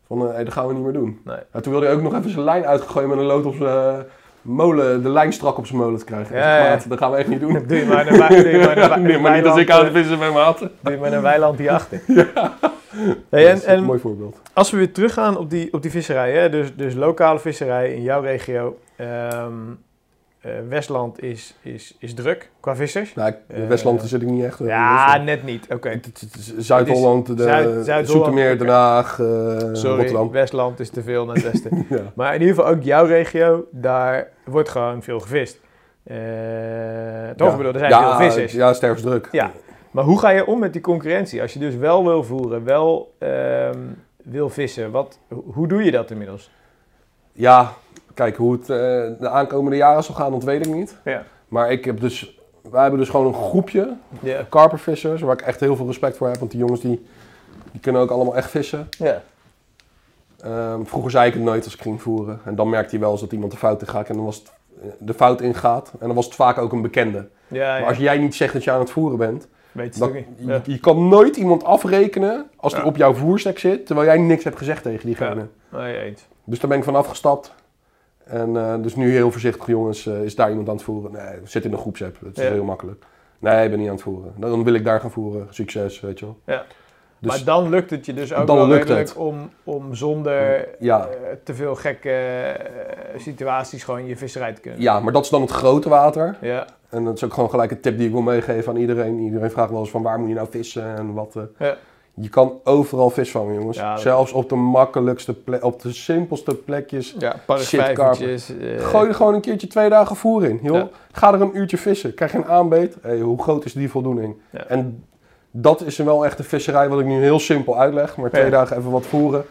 van, eh, hey, dat gaan we niet meer doen.
Nee.
Ja, toen wilde hij ook nog even zijn lijn uitgegooid met een lood op zijn eh, molen, de lijn strak op zijn molen te krijgen.
Ja,
Ik zeg,
ja.
maat, dat gaan we echt niet doen.
Doe je maar naar wij- doe je maar naar wij-
nee, maar niet
weiland,
als ik aan het vissen ben, maat.
eh, Doe je maar naar weiland hierachter.
Dat
Hey, en,
is een
en
mooi voorbeeld.
als we weer teruggaan op die, op die visserij, hè, dus, dus lokale visserij in jouw regio. ehm, eh, Westland is, is, is druk qua vissers.
Nou, ik-
Eh,
Westland zit ik niet echt. eh,
Ja,
Westland.
net niet. Oké.
Het- het is Zuid-Holland, de-
Zuid- Zuid-Holland,
Zoetermeer,
oké.
Den Haag, eh,
Sorry,
Rotterdam.
Westland is te veel naar het westen.
Ja.
Maar in ieder geval ook jouw regio, daar wordt gewoon veel gevist. Eh, toch? Ik bedoel, er zijn
ja, eh,
veel vissers.
Ja, stervensdruk.
Ja. Maar hoe ga je om met die concurrentie? Als je dus wel wil voeren, wel ehm, wil vissen, wat, ho- hoe doe je dat inmiddels?
Ja, kijk, hoe het eh, de aankomende jaren zal gaan, dat weet ik niet.
Ja.
Maar ik heb dus, wij hebben dus gewoon een groepje
Ja,
karpervissers, waar ik echt heel veel respect voor heb. Want die jongens die, die kunnen ook allemaal echt vissen.
ja,
Ehm, vroeger zei ik het nooit als ik ging voeren. En dan merkte hij wel eens dat iemand de fout in gaat. En dan was het, eh, de fout ingaat. En dan was het vaak ook een bekende.
ja,
Maar als jij niet zegt dat je aan het voeren bent,
weet je
dan,
het ook niet.
je,
Ja.
je kan nooit iemand afrekenen als die
Ja.
op jouw voerstek zit, terwijl jij niks hebt gezegd tegen diegene.
Ja. Nee, eens.
Dus daar ben ik van afgestapt. En eh, dus nu heel voorzichtig, jongens, eh, is daar iemand aan het voeren? Nee, zit in een groepsapp. Het is
Ja.
heel makkelijk. Nee, ik ben niet aan het voeren. Dan dan wil ik daar gaan voeren. Succes, weet je wel.
Ja.
Dus
maar dan lukt het je dus ook
dan
wel
lukt
redelijk
het.
Om, om zonder
Ja.
eh, te veel gekke eh, situaties gewoon je visserij te kunnen.
ja, maar dat is dan het grote water.
Ja,
En dat is ook gewoon gelijk een tip die ik wil meegeven aan iedereen. Iedereen vraagt wel eens van waar moet je nou vissen en wat. eh.
Ja.
Je kan overal vis vangen, jongens.
Ja, dat-
Zelfs op de makkelijkste plek, op de simpelste plekjes.
ja
Shitkarper.
parkvijvertjes. eh,
Gooi er gewoon een keertje twee dagen voer in, joh.
Ja.
Ga er een uurtje vissen. Krijg je een aanbeet. Hey, hoe groot is die voldoening?
Ja.
En dat is wel echt de visserij, wat ik nu heel simpel uitleg. Maar twee
Ja.
dagen even wat voeren.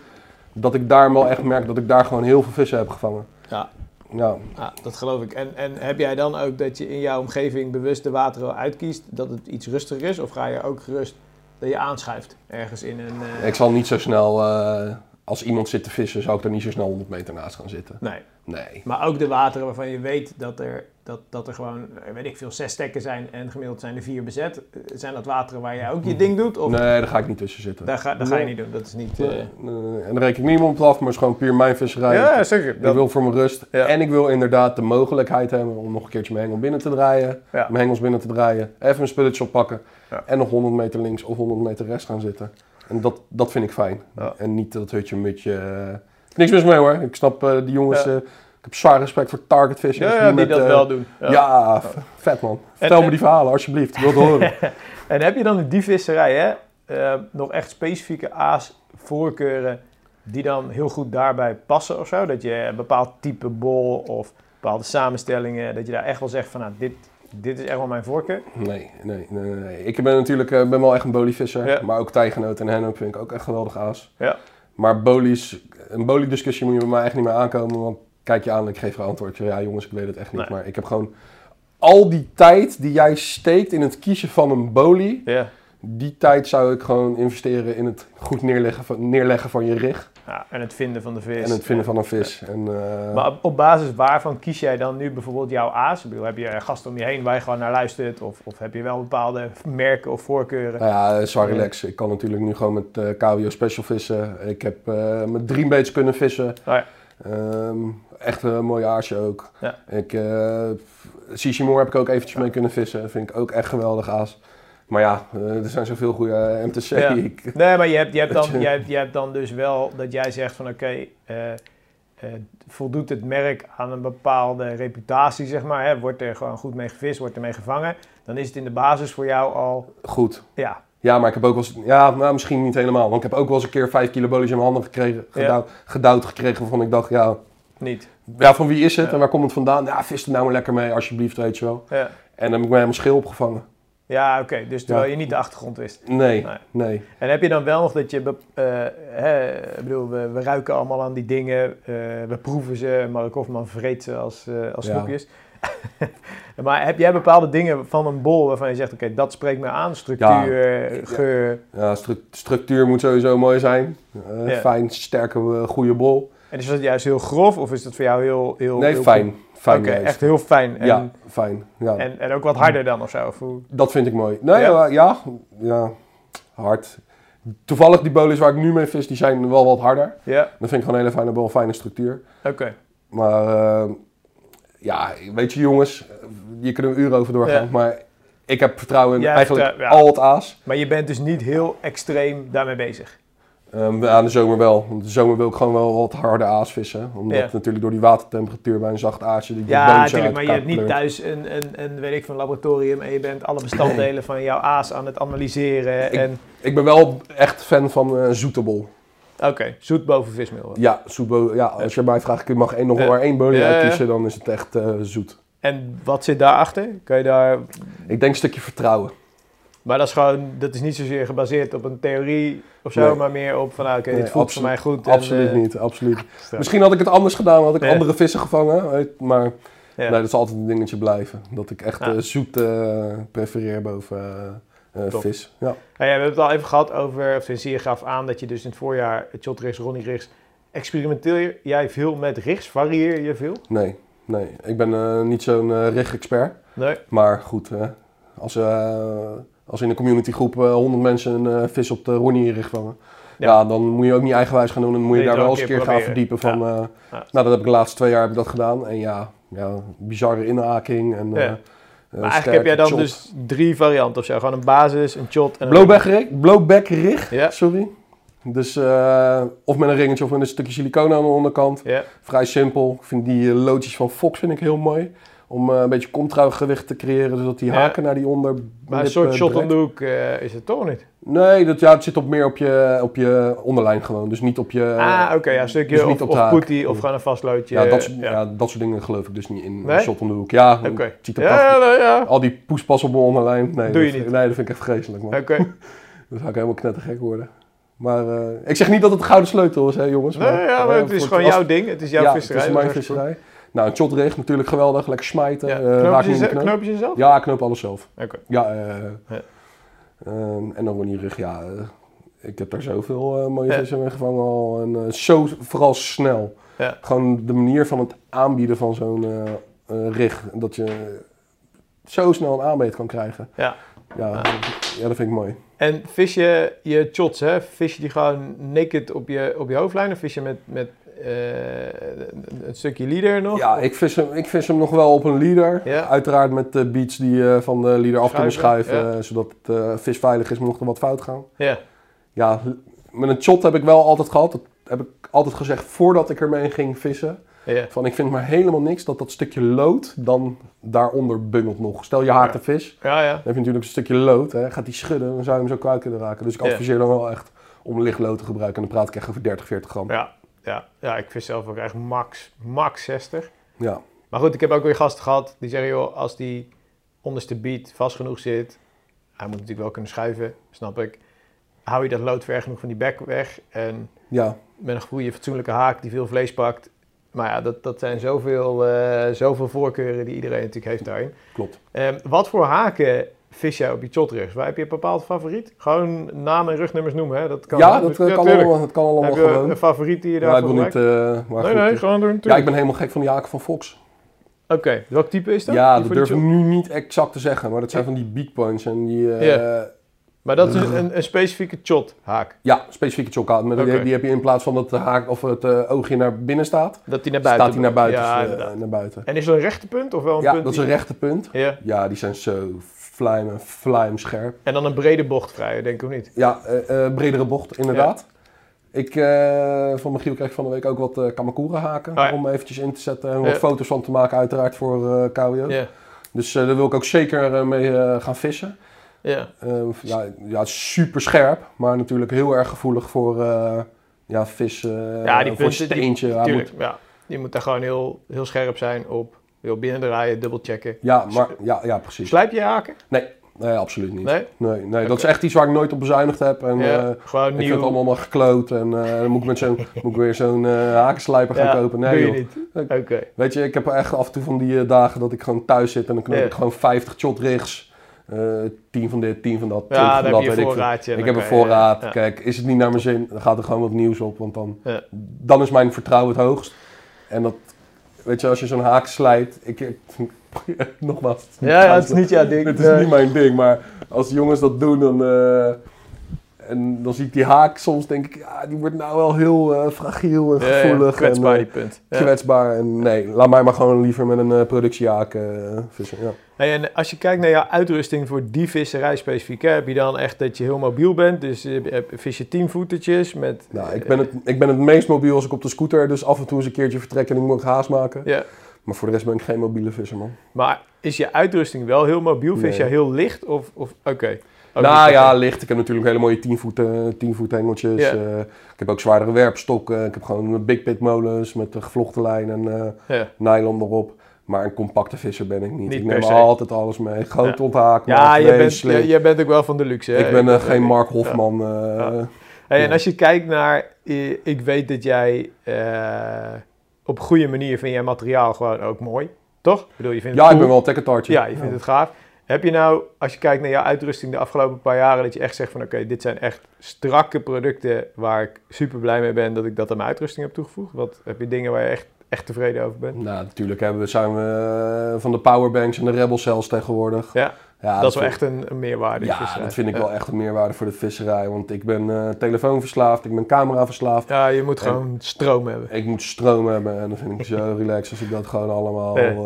Dat ik daar wel echt merk dat ik daar gewoon heel veel vissen heb gevangen.
Ja.
Ja,
Ja, Nou, dat geloof ik. En, en heb jij dan ook dat je in jouw omgeving bewust de wateren uitkiest, dat het iets rustiger is? Of ga je ook gerust dat je aanschuift ergens in een... eh,
ik zal niet zo snel... eh, als iemand zit te vissen, zou ik er niet zo snel 100 meter naast gaan zitten.
Nee,
Nee.
maar ook de wateren waarvan je weet dat er, dat, dat er gewoon, eh, weet ik veel, zes stekken zijn en gemiddeld zijn er vier bezet. Eh, Zijn dat wateren waar jij ook je ding doet? Of
Nee, daar ga ik niet tussen zitten.
daar, ga, daar ga je niet doen, dat is niet...
Eh, eh, en daar reken ik niemand op af, maar het is gewoon puur mijn visserij.
zeker.
Ik wil voor mijn rust.
Ja.
En ik wil inderdaad de mogelijkheid hebben om nog een keertje mijn hengel binnen te draaien.
Ja.
Mijn hengels binnen te draaien. Even een spulletje oppakken.
Ja.
En nog 100 meter links of 100 meter rechts gaan zitten. En dat, dat vind ik fijn.
Ja.
En niet dat hutje mutje. eh, niks mis mee hoor. Ik snap eh, die jongens.
Ja.
eh, ik heb zwaar respect voor target fishers.
ja, die
met,
dat
eh,
wel doen.
Ja, v- vet man. Vertel
en-
me die verhalen alsjeblieft. Ik wil het horen.
En heb je dan in die visserij hè, eh, nog echt specifieke aas voorkeuren die dan heel goed daarbij passen of zo? Dat je een bepaald type bol of bepaalde samenstellingen, dat je daar echt wel zegt van nou, dit dit is echt wel mijn voorkeur.
Nee, nee, nee, nee, nee. Ik ben natuurlijk eh, ben wel echt een bolievisser.
Ja.
Maar ook tijgenoot en hennep vind ik ook echt geweldig aas.
Ja.
Maar bolies, een boliediscussie moet je bij mij echt niet meer aankomen. Want kijk je aan en ik geef geen antwoord. Ja, jongens, ik weet het echt niet.
Nee.
Maar ik heb gewoon al die tijd die jij steekt in het kiezen van een bolie.
Ja.
Die tijd zou ik gewoon investeren in het goed neerleggen van, neerleggen van je rig.
ja. En het vinden van de vis.
En het vinden van een vis. En, eh,
Maar op, op basis waarvan kies jij dan nu bijvoorbeeld jouw aas? Ik bedoel, heb je gasten om je heen waar je gewoon naar luistert? Of, of heb je wel bepaalde merken of voorkeuren?
Nou ja, eh, zwaar relax. Ik kan natuurlijk nu gewoon met eh KWO special vissen. Ik heb eh met dreambaits kunnen vissen.
Oh ja.
Ehm, echt een mooie aasje ook.
Ja.
Ik, eh Sishimore heb ik ook eventjes mee kunnen vissen. Vind ik ook echt geweldig aas. Maar ja, eh, er zijn zoveel goede eh, MTC.
Ja.
Ik,
Nee, maar je hebt, je, hebt
Dat
dan,
je-
je, hebt, je hebt dan dus wel dat jij zegt van oké, eh, eh, voldoet het merk aan een bepaalde reputatie, zeg maar. Hè? Wordt er gewoon goed mee gevist, wordt er mee gevangen. Dan is het in de basis voor jou al,
goed.
ja,
Ja, maar ik heb ook wel eens... Ja, nou, misschien niet helemaal. Want ik heb ook wel eens een keer vijf kilo bolies in mijn handen gekregen.
Ja.
Gedouwd, gedouwd gekregen waarvan ik dacht, ja,
niet.
ja van wie is het
Ja.
en waar komt het vandaan? Ja, vis er nou maar lekker mee, alsjeblieft, weet je wel.
Ja,
En dan heb ik mij helemaal schil opgevangen.
ja oké, dus terwijl
Ja.
je niet de achtergrond wist.
Nee,
Nee.
nee.
En heb je dan wel nog dat je, bep- eh, hè, ik bedoel, we, we ruiken allemaal aan die dingen, eh, we proeven ze, Mark Hofman vreet ze als, eh als
Ja.
snoepjes. maar heb jij bepaalde dingen van een bol waarvan je zegt, oké, dat spreekt me aan, structuur, eh, geur.
Ja, stru- structuur moet sowieso mooi zijn. Eh,
Ja.
Fijn, sterke, eh, goede bol.
En is dat juist heel grof of is dat voor jou heel... heel
Nee,
heel
fijn.
Oké,
Fijn juist.
echt heel fijn. En,
Ja, fijn. Ja,
en, en ook wat harder dan of zo. Of hoe-
dat vind ik mooi. Nee,
Ja?
ja, ja, ja, hard. Toevallig die bolies waar ik nu mee vis, die zijn wel wat harder.
Ja,
Dat vind ik gewoon een hele fijne bol, fijne structuur.
oké.
Maar eh, ja, weet je jongens, eh, je kunnen er uren over doorgaan.
Ja.
Maar ik heb vertrouwen in
Jij
eigenlijk
vertrouwt- ja.
al het aas.
Maar je bent dus niet heel extreem daarmee bezig.
Ehm, aan de zomer wel. Want de zomer wil ik gewoon wel wat harder aas vissen. Omdat
Ja.
natuurlijk door die watertemperatuur bij een zacht aasje... Die
Ja,
boontje
natuurlijk,
uit
maar je
elkaar
hebt niet
pleurt.
thuis een, een, een weet ik van laboratorium en je bent alle bestanddelen van jouw aas aan het analyseren.
Ik-
En
Ik ben wel echt fan van eh zoete bol.
oké, zoet boven vismeel.
Ja, soepbo- ja, als je mij vraagt, je mag één, nog
Ja.
maar één bolie
Ja, ja.
uitkiezen, dan is het echt eh, zoet.
En wat zit daarachter? Kan je daar...
Ik denk een stukje vertrouwen.
Maar dat is gewoon, dat is niet zozeer gebaseerd op een theorie of zo,
Nee.
maar meer op van, nou, oké,
Nee,
dit voelt voor
absolu-
mij goed. en,
absoluut
eh,
niet, absoluut.
straf.
Misschien had ik het anders gedaan, had ik
Ja.
andere vissen gevangen. weet- Maar
Ja.
nee, dat zal altijd een dingetje blijven. Dat ik echt
Ja.
eh, zoet eh, prefereer boven eh, eh,
Top.
vis. Ja.
Nou ja, we hebben het al even gehad over, of sinds je gaf aan dat je dus in het voorjaar het Jotrix, Ronnie Rigs, experimenteer jij veel met Rigs? Varieer je veel?
Nee, nee. Ik ben eh, niet zo'n rig-expert.
Nee.
Maar goed, hè, als, eh, als in een communitygroep eh, 100 mensen een eh, vis op de Ronnie-rig vangen,
Ja.
ja. dan moet je ook niet eigenwijs gaan doen. Dan moet je
Nee,
daar
het
wel
wel
eens
een
een
keer
keer gaan
proberen.
verdiepen van... eh,
Ja.
Nou, dat heb ik de laatste twee jaar heb ik dat gedaan. En ja, ja bizarre inhaking en...
Ja.
eh, eh,
Maar eigenlijk heb
sterke
jij dan
chop.
dus drie varianten of zo. Gewoon een basis, een chot en een...
Blowback rig, blowback rig
Ja,
sorry. Dus eh, of met een ringetje of met een stukje siliconen aan de onderkant.
ja,
Vrij simpel. Ik vind die eh, loodjes van Fox vind ik heel mooi. Om eh, een beetje contragewicht te creëren, zodat die
Ja.
haken naar die onder. eh,
maar een soort shot om de hoek eh, is het toch niet?
Nee, dat, ja, het zit op meer op je, op je onderlijn gewoon. Dus niet op je.
ah, oké, ja, een stukje
dus niet
of,
op de
of
haak.
poetie of gewoon een vastloodje.
ja, dat, soort-
ja.
ja, dat soort dingen geloof ik dus niet in.
Nee?
Shot om de hoek. Ja,
Oké.
het ziet er prachtig
Ja, ja, ja.
Al die poespas op mijn onderlijn. Nee,
Doe je
dat,
niet.
Nee, dat vind ik echt vreselijk, man.
Oké,
Dan zou ik helemaal knettergek worden. Maar eh, ik zeg niet dat het een gouden sleutel is, hè, jongens.
nee, ja, maar
eh,
het is
voor-
gewoon
als-
jouw ding. Het is jouw
ja,
visserij.
het is mijn
dat goed.
visserij. Nou, een shotreeg natuurlijk geweldig. Lekker smijten.
Ja.
eh, raak
Knoopjes
niet in de
je-
knoop.
knoopjes je zelf?
Ja, ik knoop alles zelf.
Oké.
Ja, eh,
Ja.
ehm, en dan Ronnie Rug, ja. eh, ik heb daar zoveel eh, mooie
Ja.
vissen mee gevangen al. En eh, zo, vooral snel.
Ja.
Gewoon de manier van het aanbieden van zo'n eh eh, rig. Dat je zo snel een aanbeet kan krijgen.
Ja.
Ja,
Ja.
ja, dat vind ik mooi.
En vis je je chots, hè? Vis je die gewoon naked op je, op je hoofdlijn? Of vis je met, met eh, een een stukje leader nog?
Ja, ik vis, hem, ik vis hem nog wel op een leader.
Oh. Ja.
Uiteraard met de beats die eh, van de leader af kunnen
Schuiven,
schuiven. eh, zodat het eh, vis veilig is, mocht er wat fout gaan.
Ja.
Ja, l- met een shot heb ik wel altijd gehad. Dat heb ik altijd gezegd voordat ik ermee ging vissen.
ja.
Van ik vind maar helemaal niks dat dat stukje lood dan daaronder bungelt nog. Stel je haakt
Ja.
een vis,
Ja, ja.
dan heb je natuurlijk een stukje lood. Hè. Gaat die schudden, dan zou je hem zo kwijt kunnen raken. Dus ik
Ja.
adviseer dan wel echt om licht lood te gebruiken. En dan praat ik echt over 30, 40 gram. Ja.
Ja, ja, ja, ik vis zelf ook echt max, max 60. Maar goed, ik heb ook weer gasten gehad die zeggen, joh, als die onderste bied vast genoeg zit. Hij moet natuurlijk wel kunnen schuiven, snap ik. Hou je dat lood ver genoeg van die bek weg. En
Ja,
met een goede, fatsoenlijke haak die veel vlees pakt. Maar ja, dat, dat zijn zoveel, eh, zoveel voorkeuren die iedereen natuurlijk heeft daarin.
klopt.
Ehm, wat voor haken vis jij op je chotrigs? Waar heb je een bepaald favoriet? Gewoon namen en rugnummers noemen, hè? Dat kan
ja, dat, eh, kan
tuurlijk.
allemaal, dat kan allemaal
Heb je
gewoon.
een favoriet die je
Ja, ik
daarvoor
wil niet...
gebruikt?
eh, maar
nee,
goed,
nee,
eh,
gewoon doen.
ja,
tuurlijk.
ik ben helemaal gek van die haken van Fox.
Oké, welk type is dat?
ja,
Die
dat
voor die
durf ik
chot-
nu niet exact te zeggen, maar dat zijn van die big points en die... eh,
Maar dat is een, een, een specifieke chot haak.
Ja, specifieke chokkaat. Maar
Oké.
die, die heb je in plaats van dat de haak of het eh, oogje naar binnen staat,
Dat die naar buiten
staat hij naar buiten.
Ja,
eh,
inderdaad.
naar buiten.
En is er een rechte punt of wel een
Ja,
punt?
dat is een
die-
rechte punt.
Ja.
Ja, die zijn zo vlijm en vlijm scherp.
En dan een brede bocht vrij, denk ik of niet?
Ja, eh, eh, bredere bocht, inderdaad. Ik, eh, van Michiel kreeg van de week ook wat eh kamakura haken
Oh ja.
om eventjes in te zetten en wat
Ja.
foto's van te maken uiteraard voor eh Kauwjo.
Ja.
Dus eh, daar wil ik ook zeker eh, mee eh, gaan vissen.
ja.
Eh, ja, ja, super scherp, maar natuurlijk heel erg gevoelig voor eh, ja, vis, eh,
Ja, die
voor een
punten, die-
steentje. Hij moet-
Tuurlijk, ja. Je moet daar gewoon heel, heel scherp zijn op. Heel binnendraaien, dubbelchecken.
ja, maar, ja, ja, precies.
Slijp je je haken?
Nee, absoluut niet. Nee,
Nee?
nee, dat is
Oké.
echt iets waar ik nooit op bezuinigd heb. En, eh,
ja, gewoon
ik
nieuw.
vind het allemaal maar gekloot en eh, dan moet ik, met zo'n, moet ik weer zo'n eh, hakenslijper gaan
Ja,
kopen.
doe
Nee,
je
joh.
niet. Oké.
Weet je, ik heb echt af en toe van die eh, dagen dat ik gewoon thuis zit en dan knop
Ja.
ik gewoon 50 shot rigs. eh 10 van dit, 10 van dat, 20
Ja,
van
dan heb
dat,
je
weet
een
ik veel.
voorraadje. en
Ik
dan
heb een
kan je-
voorraad.
ja.
Kijk, is het niet naar mijn zin, dan gaat er gewoon wat nieuws op. Want dan,
Ja.
dan is mijn vertrouwen het hoogst. En dat, weet je, als je zo'n haak slijt. Ik, ik- nogmaals. het is
Ja, ja, het is niet jouw ding.
Dit is niet mijn ding. Maar als de jongens dat doen, dan. eh, en dan zie ik die haak soms, denk ik, ja, die wordt nou wel heel eh, fragiel en
Ja, ja,
gevoelig.
kwetsbaar,
en, eh,
die punt. Ja.
kwetsbaar. En nee, laat mij maar gewoon liever met een eh, productiehaak eh, vissen. Ja.
Hey, en als je kijkt naar jouw uitrusting voor die visserij specifiek, hè, heb je dan echt dat je heel mobiel bent? Dus je hebt- vis je teamvoetertjes met... eh,
Nou, ik ben, het, ik ben het meest mobiel als ik op de scooter. Dus af en toe eens een keertje vertrekken en ik moet haast maken.
Ja,
Maar voor de rest ben ik geen mobiele visser, man.
maar is je uitrusting wel heel mobiel? Vis
Nee.
je heel licht of... of Oké. dus Ook
nou
niet
ja,
Oh, oké.
licht. Ik heb natuurlijk hele mooie 10 voet, eh, 10 voet hengeltjes.
Ja.
Eh, ik heb ook zwaardere werpstokken. Ik heb gewoon big pit molens met eh, gevlochten lijn en eh,
Ja.
nylon erop. Maar een compacte visser ben ik niet.
Niet
ik
per
neem
se.
altijd alles mee. Groot
Ja.
onthaak,
Ja,
maak
je
mee,
bent,
slim.
je, je bent ook wel van de luxe. Hè?
ik ben eh,
Ja.
geen Mark Hofman. eh,
Ja. Hey, En
Ja.
als je kijkt naar, eh, ik weet dat jij eh, op een goede manier vind jij materiaal gewoon ook mooi, toch? Ik bedoel, je vindt
Ja,
het
ik ben
cool.
wel een tekkentartje.
Ja, je vindt het gaaf. Heb je nou, als je kijkt naar jouw uitrusting de afgelopen paar jaren, dat je echt zegt van oké, dit zijn echt strakke producten waar ik super blij mee ben dat ik dat aan mijn uitrusting heb toegevoegd? Wat heb je dingen waar je echt, echt tevreden over bent?
Nou, natuurlijk hebben we, zijn we eh, van de powerbanks en de rebel cells tegenwoordig.
Ja,
Ja,
dat is wel
vind-
echt een, een meerwaarde. in
Ja,
visserij.
dat vind ik
Ja.
wel echt een meerwaarde voor de visserij. Want ik ben eh, telefoonverslaafd, ik ben cameraverslaafd.
Ja, je moet gewoon stroom hebben.
Ik moet stroom hebben en dan vind ik zo relaxed als ik dat gewoon allemaal.
Ja.
eh,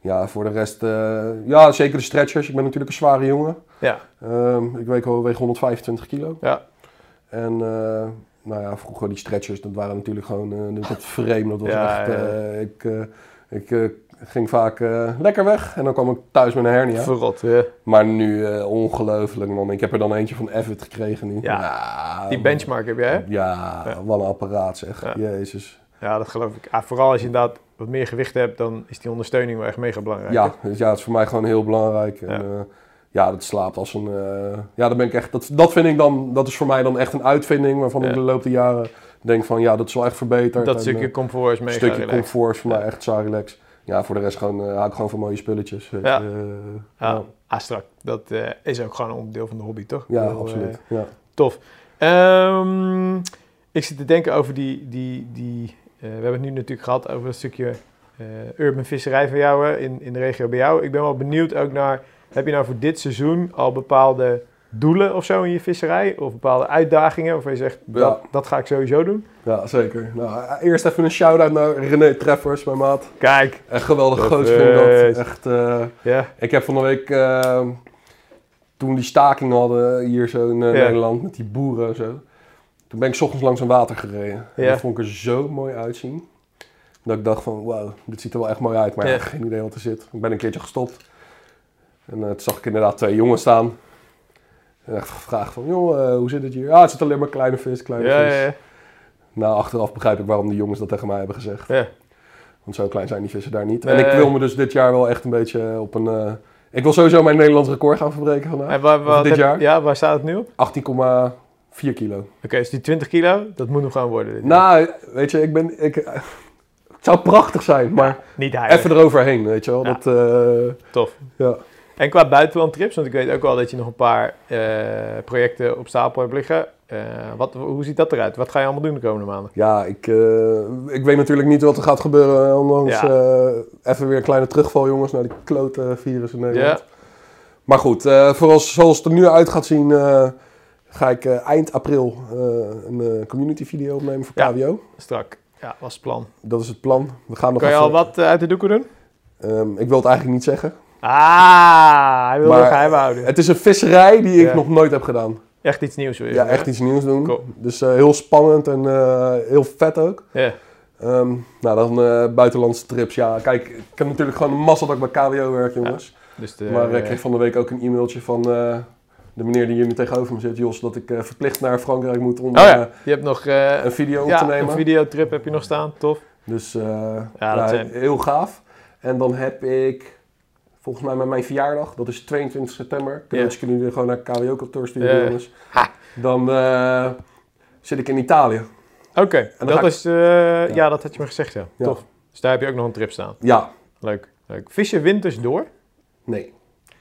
ja, voor de rest. eh, ja, zeker de stretchers. Ik ben natuurlijk een zware jongen.
Ja.
Ehm, ik weeg wel weeg 125 kilo.
Ja.
En eh, nou ja, vroeger die stretchers, dat waren natuurlijk gewoon eh dat was vreemd. Dat was
Ja,
echt.
ja.
eh, ik eh, ik eh, ging vaak eh, lekker weg en dan kwam ik thuis met een hernia.
Verrot. Ja.
Maar nu eh, ongelooflijk man. Ik heb er dan eentje van Avid gekregen nu.
Ja. Die
man.
benchmark heb jij, hè?
Ja,
Ja.
wat een apparaat zeg.
Ja.
Jezus.
Ja, dat geloof ik. Ah, vooral als je inderdaad wat meer gewicht hebt, dan is die ondersteuning wel echt mega belangrijk. hè?
Ja, dus ja, het is voor mij gewoon heel belangrijk. En,
Ja.
ja. ja, dat slaapt als een. eh, ja, dan ben ik echt. Dat, dat vind ik dan. Dat is voor mij dan echt een uitvinding waarvan
Ja.
ik de loop der jaren denk van ja, dat is wel echt verbeterd.
Dat
En,
stukje
eh,
comfort is mega
stukje
relaxed.
comfort is voor
Ja.
mij echt zwaar relax. Ja, voor de rest gewoon, eh, hou ik gewoon van mooie spulletjes. weet
Ja.
je. Eh,
Ja. Ah, strak. Dat eh, is ook gewoon een onderdeel van de hobby, toch?
ja,
Ik bedoel,
absoluut.
eh,
Ja.
tof. Ehm, ik zit te denken over die... die, die eh, we hebben het nu natuurlijk gehad over dat stukje eh, urban visserij van jou hè, in, in de regio bij jou. Ik ben wel benieuwd ook naar... Heb je nou voor dit seizoen al bepaalde doelen of zo in je visserij? Of bepaalde uitdagingen? Of je zegt, dat, dat ga ik sowieso doen?
ja, zeker. Nou, eerst even een shout-out naar René Treffers, mijn maat.
Kijk,
Echt geweldig
Dat
goot vind ik
weet.
dat. Echt, eh,
ja.
ik heb van de week, eh, toen die staking hadden hier zo in eh,
Ja.
Nederland met die boeren en zo. Toen ben ik 's ochtends langs een water gereden. En
Ja.
dat vond ik er zo mooi uitzien. Dat ik dacht van, wauw, dit ziet er wel echt mooi uit. Maar ja,
Ja.
geen idee wat er zit. Ik ben een keertje gestopt. En eh, toen zag ik inderdaad twee jongens staan. En echt gevraagd van, joh, eh, hoe zit het hier? Ah, het zit alleen maar kleine vis, kleine
Ja,
vis.
ja, ja.
Nou, achteraf begrijp ik waarom die jongens dat tegen mij hebben gezegd.
Ja.
Want zo klein zijn die vissen daar niet.
Nee.
En ik wil me dus dit jaar wel echt een beetje op een... eh, Ik wil sowieso mijn Nederlands record gaan verbreken vandaag.
En waar, waar-
dit
wat-
jaar?
Ja, waar staat het nu op?
18,4 kilo.
Oké, dus die 20 kilo, dat moet nog gaan worden. dit jaar.
Nou, weet je, ik ben... Ik, het zou prachtig zijn, maar
Niet heilig.
even eroverheen, weet je wel.
Ja.
Dat, eh,
Tof.
ja.
En qua buitenlandtrips, want ik weet ook wel dat je nog een paar eh, projecten op stapel hebt liggen. Eh, wat, hoe ziet dat eruit? Wat ga je allemaal doen de komende maanden?
Ja, ik, eh, ik weet natuurlijk niet wat er gaat gebeuren. Ondanks
Ja.
eh, even weer een kleine terugval, jongens, naar die klote virus in Nederland.
Ja.
Maar goed, eh, voorals, zoals het er nu uit gaat zien, eh, ga ik eh, eind april eh, een eh, community video opnemen voor
Ja.
KWO.
Strak. Ja, was het plan.
Dat is het plan. We gaan nog
Kan je
even-
al wat eh, uit de doeken doen?
Ehm, ik wil het eigenlijk niet zeggen.
Ah, hij wil
Maar-
het geheim houden.
Het is een visserij die ik
Ja.
nog nooit heb gedaan.
Echt iets nieuws weer.
Ja, echt iets nieuws doen.
Cool.
Dus eh, heel spannend en eh, heel vet ook.
Ja.
Ehm, nou, dan eh, buitenlandse trips. Ja, kijk, ik heb natuurlijk gewoon een massa dat ik bij KWO werk, jongens.
Dus de,
maar eh, ik kreeg van de week ook een e-mailtje van eh, de meneer die hier nu tegenover me zit, Jos, dat ik eh, verplicht naar Frankrijk moet om
Oh ja,
eh,
je hebt nog eh,
een video op te
ja, een
nemen.
videotrip heb je nog staan. Tof.
Dus eh,
Ja, dat eh, zijn-
heel gaaf. En dan heb ik, volgens mij met mijn verjaardag, dat is 22 september.
Ja.
Kunnen jullie jullie gewoon naar KWO-kantoor sturen,
Ja.
jongens. Dan eh, zit ik in Italië.
Oké,
dan
dat
ga ik-
is... eh, ja. dat had je me gezegd, ja.
Ja.
Tof. Dus daar heb je ook nog een trip staan.
Ja,
Leuk. leuk. Vis je winters door?
nee.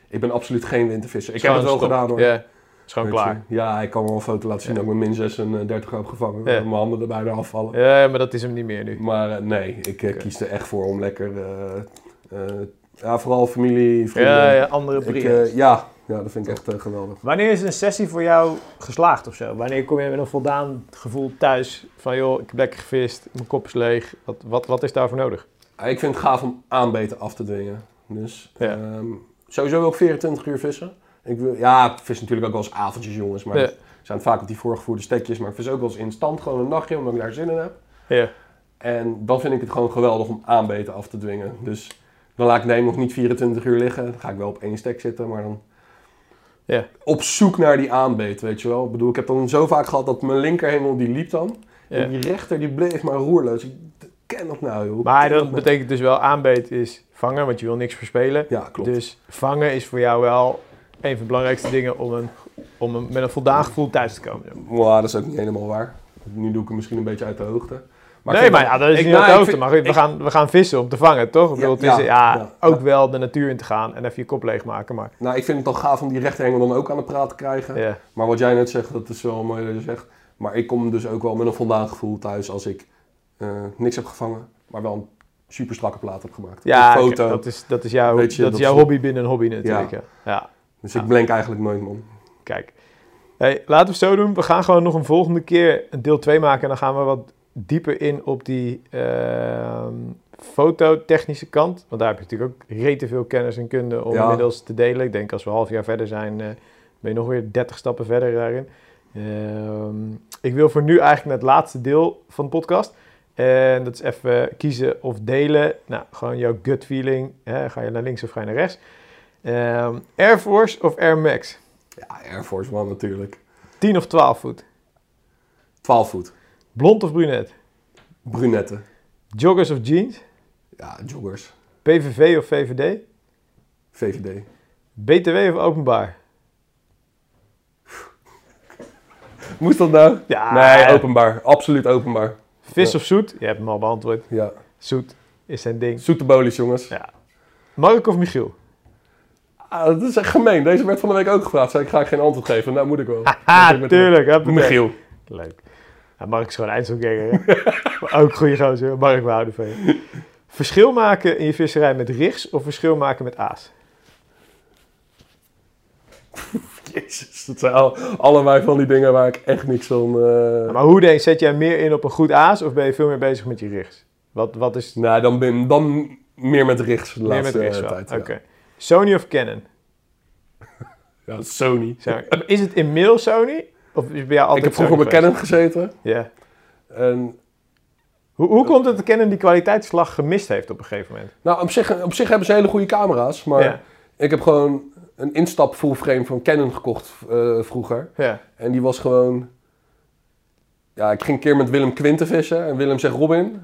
Ik ben absoluut geen wintervisser. Ik
Schoon
heb het wel
stop.
gedaan hoor.
Ja, is gewoon
Weet je.
klaar.
Ja, ik kan wel een foto laten zien dat ik met min 36 heb gevangen.
Ja.
Mijn handen er bijna afvallen.
Ja, maar dat is hem niet meer nu.
Maar eh, nee, ik eh,
Oké.
kies er echt voor om lekker... eh, eh, ja, vooral familie, vrienden.
Ja, ja, andere
Ik,
bril.
eh, ja. ja, dat vind ik echt eh, geweldig.
Wanneer is een sessie voor jou geslaagd of zo? Wanneer kom je met een voldaan gevoel thuis van joh, ik heb lekker gevist, mijn kop is leeg. Wat, wat, wat is daarvoor nodig?
Ah, Ik vind het gaaf om aanbeten af te dwingen. Dus
Ja.
ehm, sowieso wil ik 24 uur vissen. Ik wil, ja, ik vis natuurlijk ook wel eens avondjes, jongens. Maar
Ja.
het zijn vaak op die voorgevoerde stekjes. Maar ik vis ook wel eens instant, gewoon een nachtje, omdat ik daar zin in heb.
Ja,
En dan vind ik het gewoon geweldig om aanbeten af te dwingen. Dus dan laat ik neem nog niet 24 uur liggen. Dan ga ik wel op één stek zitten, maar dan...
Ja.
Op zoek naar die aanbeet, weet je wel. Ik bedoel, ik heb dan zo vaak gehad dat mijn linkerhemel die liep dan.
ja.
En die rechter die bleef maar roerloos. Ik ken dat nou, joh.
Maar
Ik ken
dat betekent dus wel aanbeet is vangen, want je wil niks verspelen.
nou. Ja, klopt.
Dus vangen is voor jou wel een van de belangrijkste dingen om, een, om een, met een voldaan gevoel thuis te komen. joh.
Maar dat is ook niet helemaal waar. Nu doe ik hem misschien een beetje uit de hoogte. ik
nee,
vind
maar
dat-
ja, dat is
ik-
niet
nou,
op de
ik
hoogte.
vind-
Maar goed, we,
ik-
gaan, we gaan vissen om te vangen, toch? Ik
Ja,
bedoel, het
ja,
is- ja,
ja.
ook wel de natuur in te gaan en even je kop leegmaken. Maar
Nou, ik vind het al gaaf om die rechterhengel dan ook aan de praat te krijgen.
ja,
Maar wat jij net zegt, dat is wel mooi dat je zegt. Maar ik kom dus ook wel met een voldaan gevoel thuis als ik eh, niks heb gevangen, maar wel een super strakke plaat heb gemaakt.
ja
een
kijk,
foto.
dat is, dat is jouw,
Weet je,
dat
dat
is jouw
is-
hobby binnen een hobby natuurlijk. Ja, ja
Dus ik blank eigenlijk nooit, man.
kijk. Hey, laten we het zo doen. We gaan gewoon nog een volgende keer een deel 2 maken. En dan gaan we wat dieper in op die ehm fototechnische kant. Want daar heb je natuurlijk ook rete veel kennis en kunde om
Ja.
inmiddels te delen. Ik denk als we een half jaar verder zijn, eh, ben je nog weer 30 stappen verder daarin. Ehm, ik wil voor nu eigenlijk naar het laatste deel van de podcast. En dat is even kiezen of delen. Nou, gewoon jouw gut feeling. Hè? Ga je naar links of ga je naar rechts? Ehm, Air Force of Air Max?
Ja, Air Force One natuurlijk.
10 of 12 voet?
12 voet.
Blond of brunet?
Brunette.
Joggers of jeans?
Ja, joggers.
PVV of VVD?
VVD.
BTW of openbaar?
Moest dat nou?
Ja,
Nee, openbaar. Absoluut openbaar.
Vis of zoet? Je hebt hem al beantwoord.
Ja.
Zoet is zijn ding.
Zoete bolies, jongens.
Ja. Mark of Michiel?
Ah, dat is echt gemeen. Deze werd van de week ook gevraagd. Zei ik, ga ik geen antwoord geven? Nou, moet ik wel. Dat
Ah,
doe ik met-
tuurlijk. huppatee.
Michiel.
Leuk. Ja, Mark is gewoon eindselganger. hè? Maar ook goede gozer. Mark, we houden van je. Verschil maken in je visserij met rigs of verschil maken met aas?
Jezus, dat zijn al- allebei van die dingen waar ik echt niks van... eh,
Maar hoe denk, zet jij meer in op een goed aas of ben je veel meer bezig met je rigs? Wat, wat is
Nou, dan, ben, dan meer met rechts de
meer met
laatste
rigs? wel?
eh, tijd.
Oké.
ja.
Sony of Canon?
Ja, Sony.
Zijn- Is het in mail Sony? Of is het bij jou altijd
ik heb vroeger
Sony
bij Canon gezeten.
geweest? Ja.
En,
Hoe, hoe komt het dat Canon die kwaliteitsslag gemist heeft op een gegeven moment?
nou, op zich, op zich hebben ze hele goede camera's. Maar
Ja.
ik heb gewoon een instap full frame van Canon gekocht eh, vroeger.
Ja.
En die was gewoon... Ja, ik ging een keer met Willem Quinten vissen. En Willem zegt, Robin,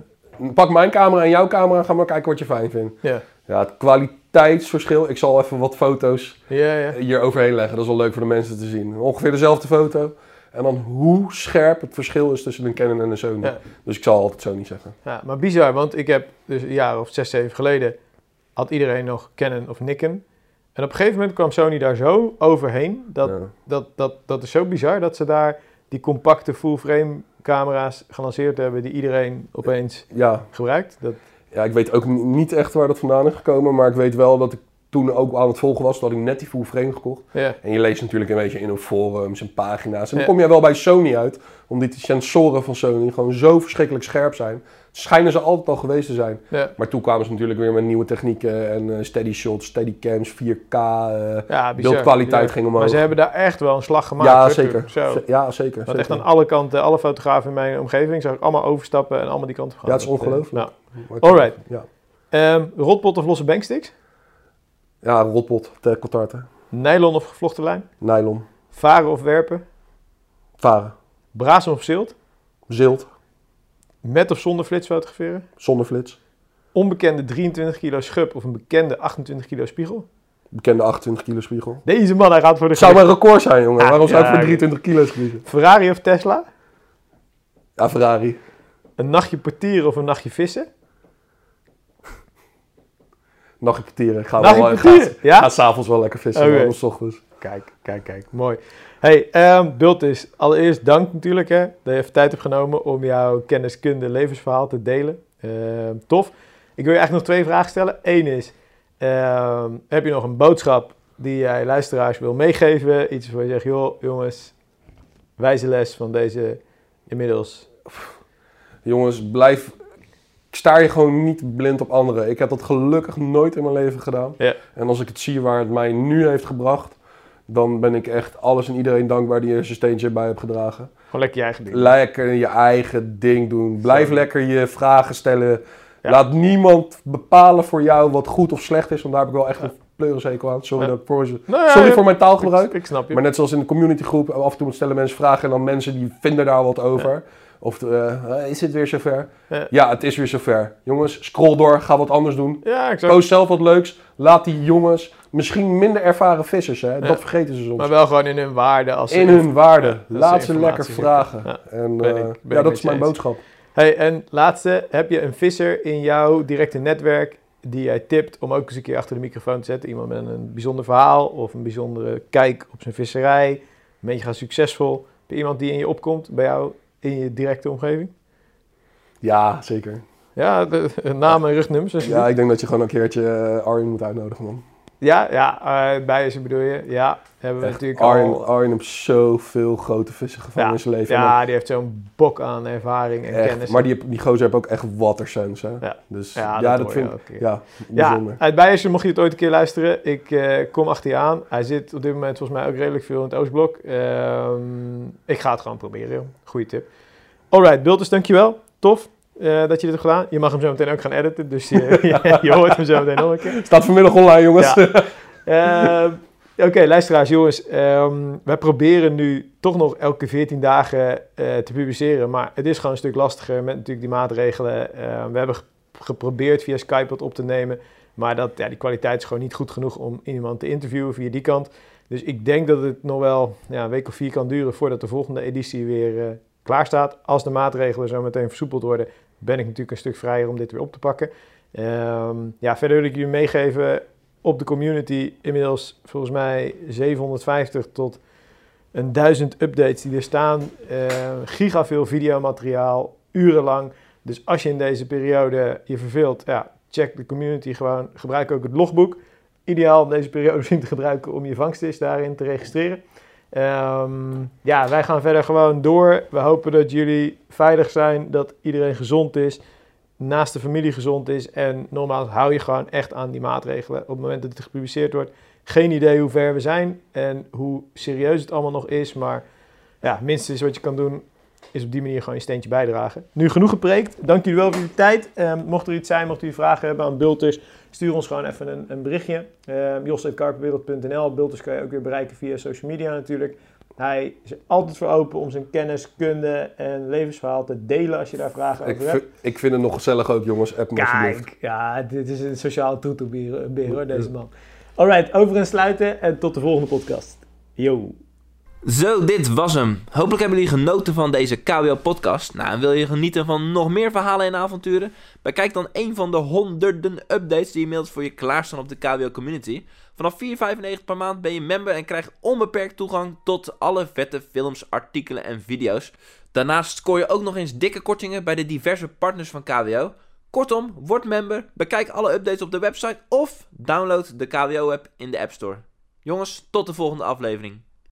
pak mijn camera en jouw camera. Ga maar kijken wat je fijn vindt.
ja.
Ja, het kwali- tijdsverschil. Ik zal even wat foto's
Ja, ja.
hier overheen leggen. Dat is wel leuk voor de mensen te zien. Ongeveer dezelfde foto. En dan hoe scherp het verschil is tussen een Canon en een Sony.
Ja.
Dus ik zal altijd Sony zeggen.
Ja, maar bizar, want ik heb dus een jaar of zes, zeven geleden had iedereen nog Canon of Nikon. En op een gegeven moment kwam Sony daar zo overheen. Dat,
Ja.
dat, dat, dat is zo bizar dat ze daar die compacte full-frame camera's gelanceerd hebben die iedereen opeens
ja,
gebruikt. Dat,
Ja, ik weet ook ni- niet echt waar dat vandaan is gekomen, maar ik weet wel dat ik toen ook aan het volgen was, dat ik net die full frame gekocht.
ja,
En je leest natuurlijk een beetje in op forums en pagina's. En dan
Ja.
kom je wel bij Sony uit, omdat die sensoren van Sony gewoon zo verschrikkelijk scherp zijn. Schijnen ze altijd al geweest te zijn.
ja.
Maar toen kwamen ze natuurlijk weer met nieuwe technieken en eh, steady shots, steady cams, 4K. eh,
ja bizar.
beeldkwaliteit
Ja.
ging omhoog.
Maar ze hebben daar echt wel een slag gemaakt.
ja,
hoor,
zeker.
toen. Zo.
Z- Ja, zeker.
Want echt
zeker.
aan alle kanten, alle fotografen in mijn omgeving zag ik allemaal overstappen en allemaal die kant op gaan.
Ja, het is
Dat, eh,
ongelooflijk.
nou. Alright.
Ja,
Ehm, rotpot of losse banksticks?
ja rotpot, terracotta,
Nylon of gevlochten lijn?
nylon,
Varen of werpen?
varen,
Brazen of zilt?
zilt,
Met of zonder flits fotograferen?
zonder flits.
Onbekende 23 kilo schub of een bekende 28 kilo spiegel?
Bekende 28 kilo spiegel.
Deze man, hij gaat voor de
Het zou
gek.
mijn record zijn, jongen.
Ah,
Waarom zou
ja,
ik voor 23 kilo's kiezen?
Ferrari of Tesla?
Ja, Ferrari.
Een nachtje portieren of een nachtje vissen?
Nachtje portieren. Ik Ga
Nachtje
wel, ik
portieren,
Ga,
ja?
ga s'avonds wel lekker vissen,
Oké.
okay. dan s ochtends.
Kijk, kijk, kijk. Mooi. Hey, ehm Bultis, allereerst dank natuurlijk hè, dat je even tijd hebt genomen om jouw kennis, kunde, levensverhaal te delen. Ehm, tof. Ik wil je eigenlijk nog twee vragen stellen. Eén is, ehm, heb je nog een boodschap die jij luisteraars wil meegeven? Iets waar je zegt, joh jongens, wijze les van deze inmiddels
Jongens, blijf... Ik sta je gewoon niet blind op anderen. Ik heb dat gelukkig nooit in mijn leven gedaan.
Ja.
En als ik het zie waar het mij nu heeft gebracht... dan ben ik echt alles en iedereen dankbaar die er zijn steentje bij heeft gedragen.
Gewoon lekker je eigen ding.
Lekker je eigen ding doen. Blijf
Zo.
lekker je vragen stellen.
Ja.
Laat niemand bepalen voor jou wat goed of slecht is. Want daar heb ik wel echt
Ja.
een pleurenzekel aan. Sorry,
Ja.
dat ik voor ze-
Nou ja,
Sorry
ja,
voor mijn
Ik,
taalgebruik.
ik snap je.
Maar net zoals in de communitygroep, af en toe stellen mensen vragen en dan mensen die vinden daar wat over. Of eh, eh, is het weer zover?
Ja.
Ja. het is weer zover. Jongens, scroll door, ga wat anders doen.
ja, ik zou...
Post zelf wat leuks. Laat die jongens, misschien minder ervaren vissers, hè?
Ja.
dat vergeten ze soms.
Maar wel gewoon in hun waarde. Als ze-
in hun waarde.
Ja, dat
Laat
ze
ze
informatie
lekker
zoeken.
vragen.
Ja.
En
Ben
eh,
ik- ben ik
ja,
met
dat
je
is mijn
eens.
boodschap.
Hey, en laatste, heb je een visser in jouw directe netwerk die jij tipt om ook eens een keer achter de microfoon te zetten? Iemand met een bijzonder verhaal of een bijzondere kijk op zijn visserij. Een beetje gaan succesvol. Heb je iemand die in je opkomt bij jou in je directe omgeving?
Ja, zeker.
Ja, de, naam en rugnummers. dus als je
Ja,
doet.
ik denk dat je gewoon een keertje eh, Arjen moet uitnodigen, man.
ja, ja eh, bij ze bedoel je. Ja, hebben we
Echt,
natuurlijk
Arjen,
al.
Arjen heeft zoveel grote vissen gevangen
Ja,
in zijn leven.
Ja, Oh, die heeft zo'n bok aan ervaring en
En echt,
kennis.
maar die, die gozer heeft ook echt watersense. hè.
Ja.
Dus
Ja,
ja,
dat
dat,
hoor je
vind
elke keer.
ik ja,
Ja,
bijzonder.
uit Beiersen mocht je het ooit een keer luisteren. Ik eh, kom achter je aan. Hij zit op dit moment volgens mij ook redelijk veel in het Oostblok. Ehm, ik ga het gewoon proberen. joh. Goeie tip. Alright, Bultus, dankjewel. Tof eh, dat je dit hebt gedaan. Je mag hem zo meteen ook gaan editen, dus je, je, je hoort hem zo meteen nog een keer.
Staat vanmiddag online, jongens.
Ja. Ehm, Oké, luisteraars, jongens. ehm, wij proberen nu toch nog elke 14 dagen eh, te publiceren. Maar het is gewoon een stuk lastiger met natuurlijk die maatregelen. Ehm, we hebben ge- geprobeerd via Skype wat op te nemen. Maar dat, ja, die kwaliteit is gewoon niet goed genoeg om iemand te interviewen via die kant. Dus ik denk dat het nog wel ja, een week of vier kan duren voordat de volgende editie weer eh, klaar staat. Als de maatregelen zo meteen versoepeld worden, ben ik natuurlijk een stuk vrijer om dit weer op te pakken. Ehm, ja, verder wil ik jullie meegeven op de community inmiddels volgens mij 750 tot een 1000 updates die er staan. Eh, giga veel videomateriaal, urenlang. Dus als je in deze periode je verveelt, ja, check de community gewoon. Gebruik ook het logboek. Ideaal om deze periode misschien te gebruiken om je vangstvis daarin te registreren. Ehm, ja, wij gaan verder gewoon door. We hopen dat jullie veilig zijn, dat iedereen gezond is naast de familie gezond is. En normaal hou je gewoon echt aan die maatregelen. Op het moment dat het gepubliceerd wordt, geen idee hoe ver we zijn en hoe serieus het allemaal nog is. Maar ja, minstens wat je kan doen, is op die manier gewoon je steentje bijdragen. Nu genoeg gepreekt. Dank jullie wel voor jullie tijd. Ehm, mocht er iets zijn, mocht u vragen hebben aan Bulters, stuur ons gewoon even Ehm, een, een berichtje. Um, Jos.karpenwereld.nl. Bulters kan je ook weer bereiken via social media natuurlijk. Hij is er altijd voor open om zijn kennis, kunde en levensverhaal te delen als je daar vragen
Ik,
over
vind-
hebt.
ik vind het nog gezellig ook, jongens. App me alsjeblieft.
Kijk, ja, dit is een sociaal toetoebeer beer, hoor, deze man. Alright, over en sluiten en tot de volgende podcast. Yo.
Zo, dit was hem. Hopelijk hebben jullie genoten van deze KWO-podcast. Nou, en wil je genieten van nog meer verhalen en avonturen? Bekijk dan een van de honderden updates die inmiddels voor je klaarstaan op de KWO-community. Vanaf 4,95 per maand ben je member en krijgt onbeperkt toegang tot alle vette films, artikelen en video's. Daarnaast scoor je ook nog eens dikke kortingen bij de diverse partners van KWO. Kortom, word member, bekijk alle updates op de website of download de KWO-app in de App Store. Jongens, tot de volgende aflevering.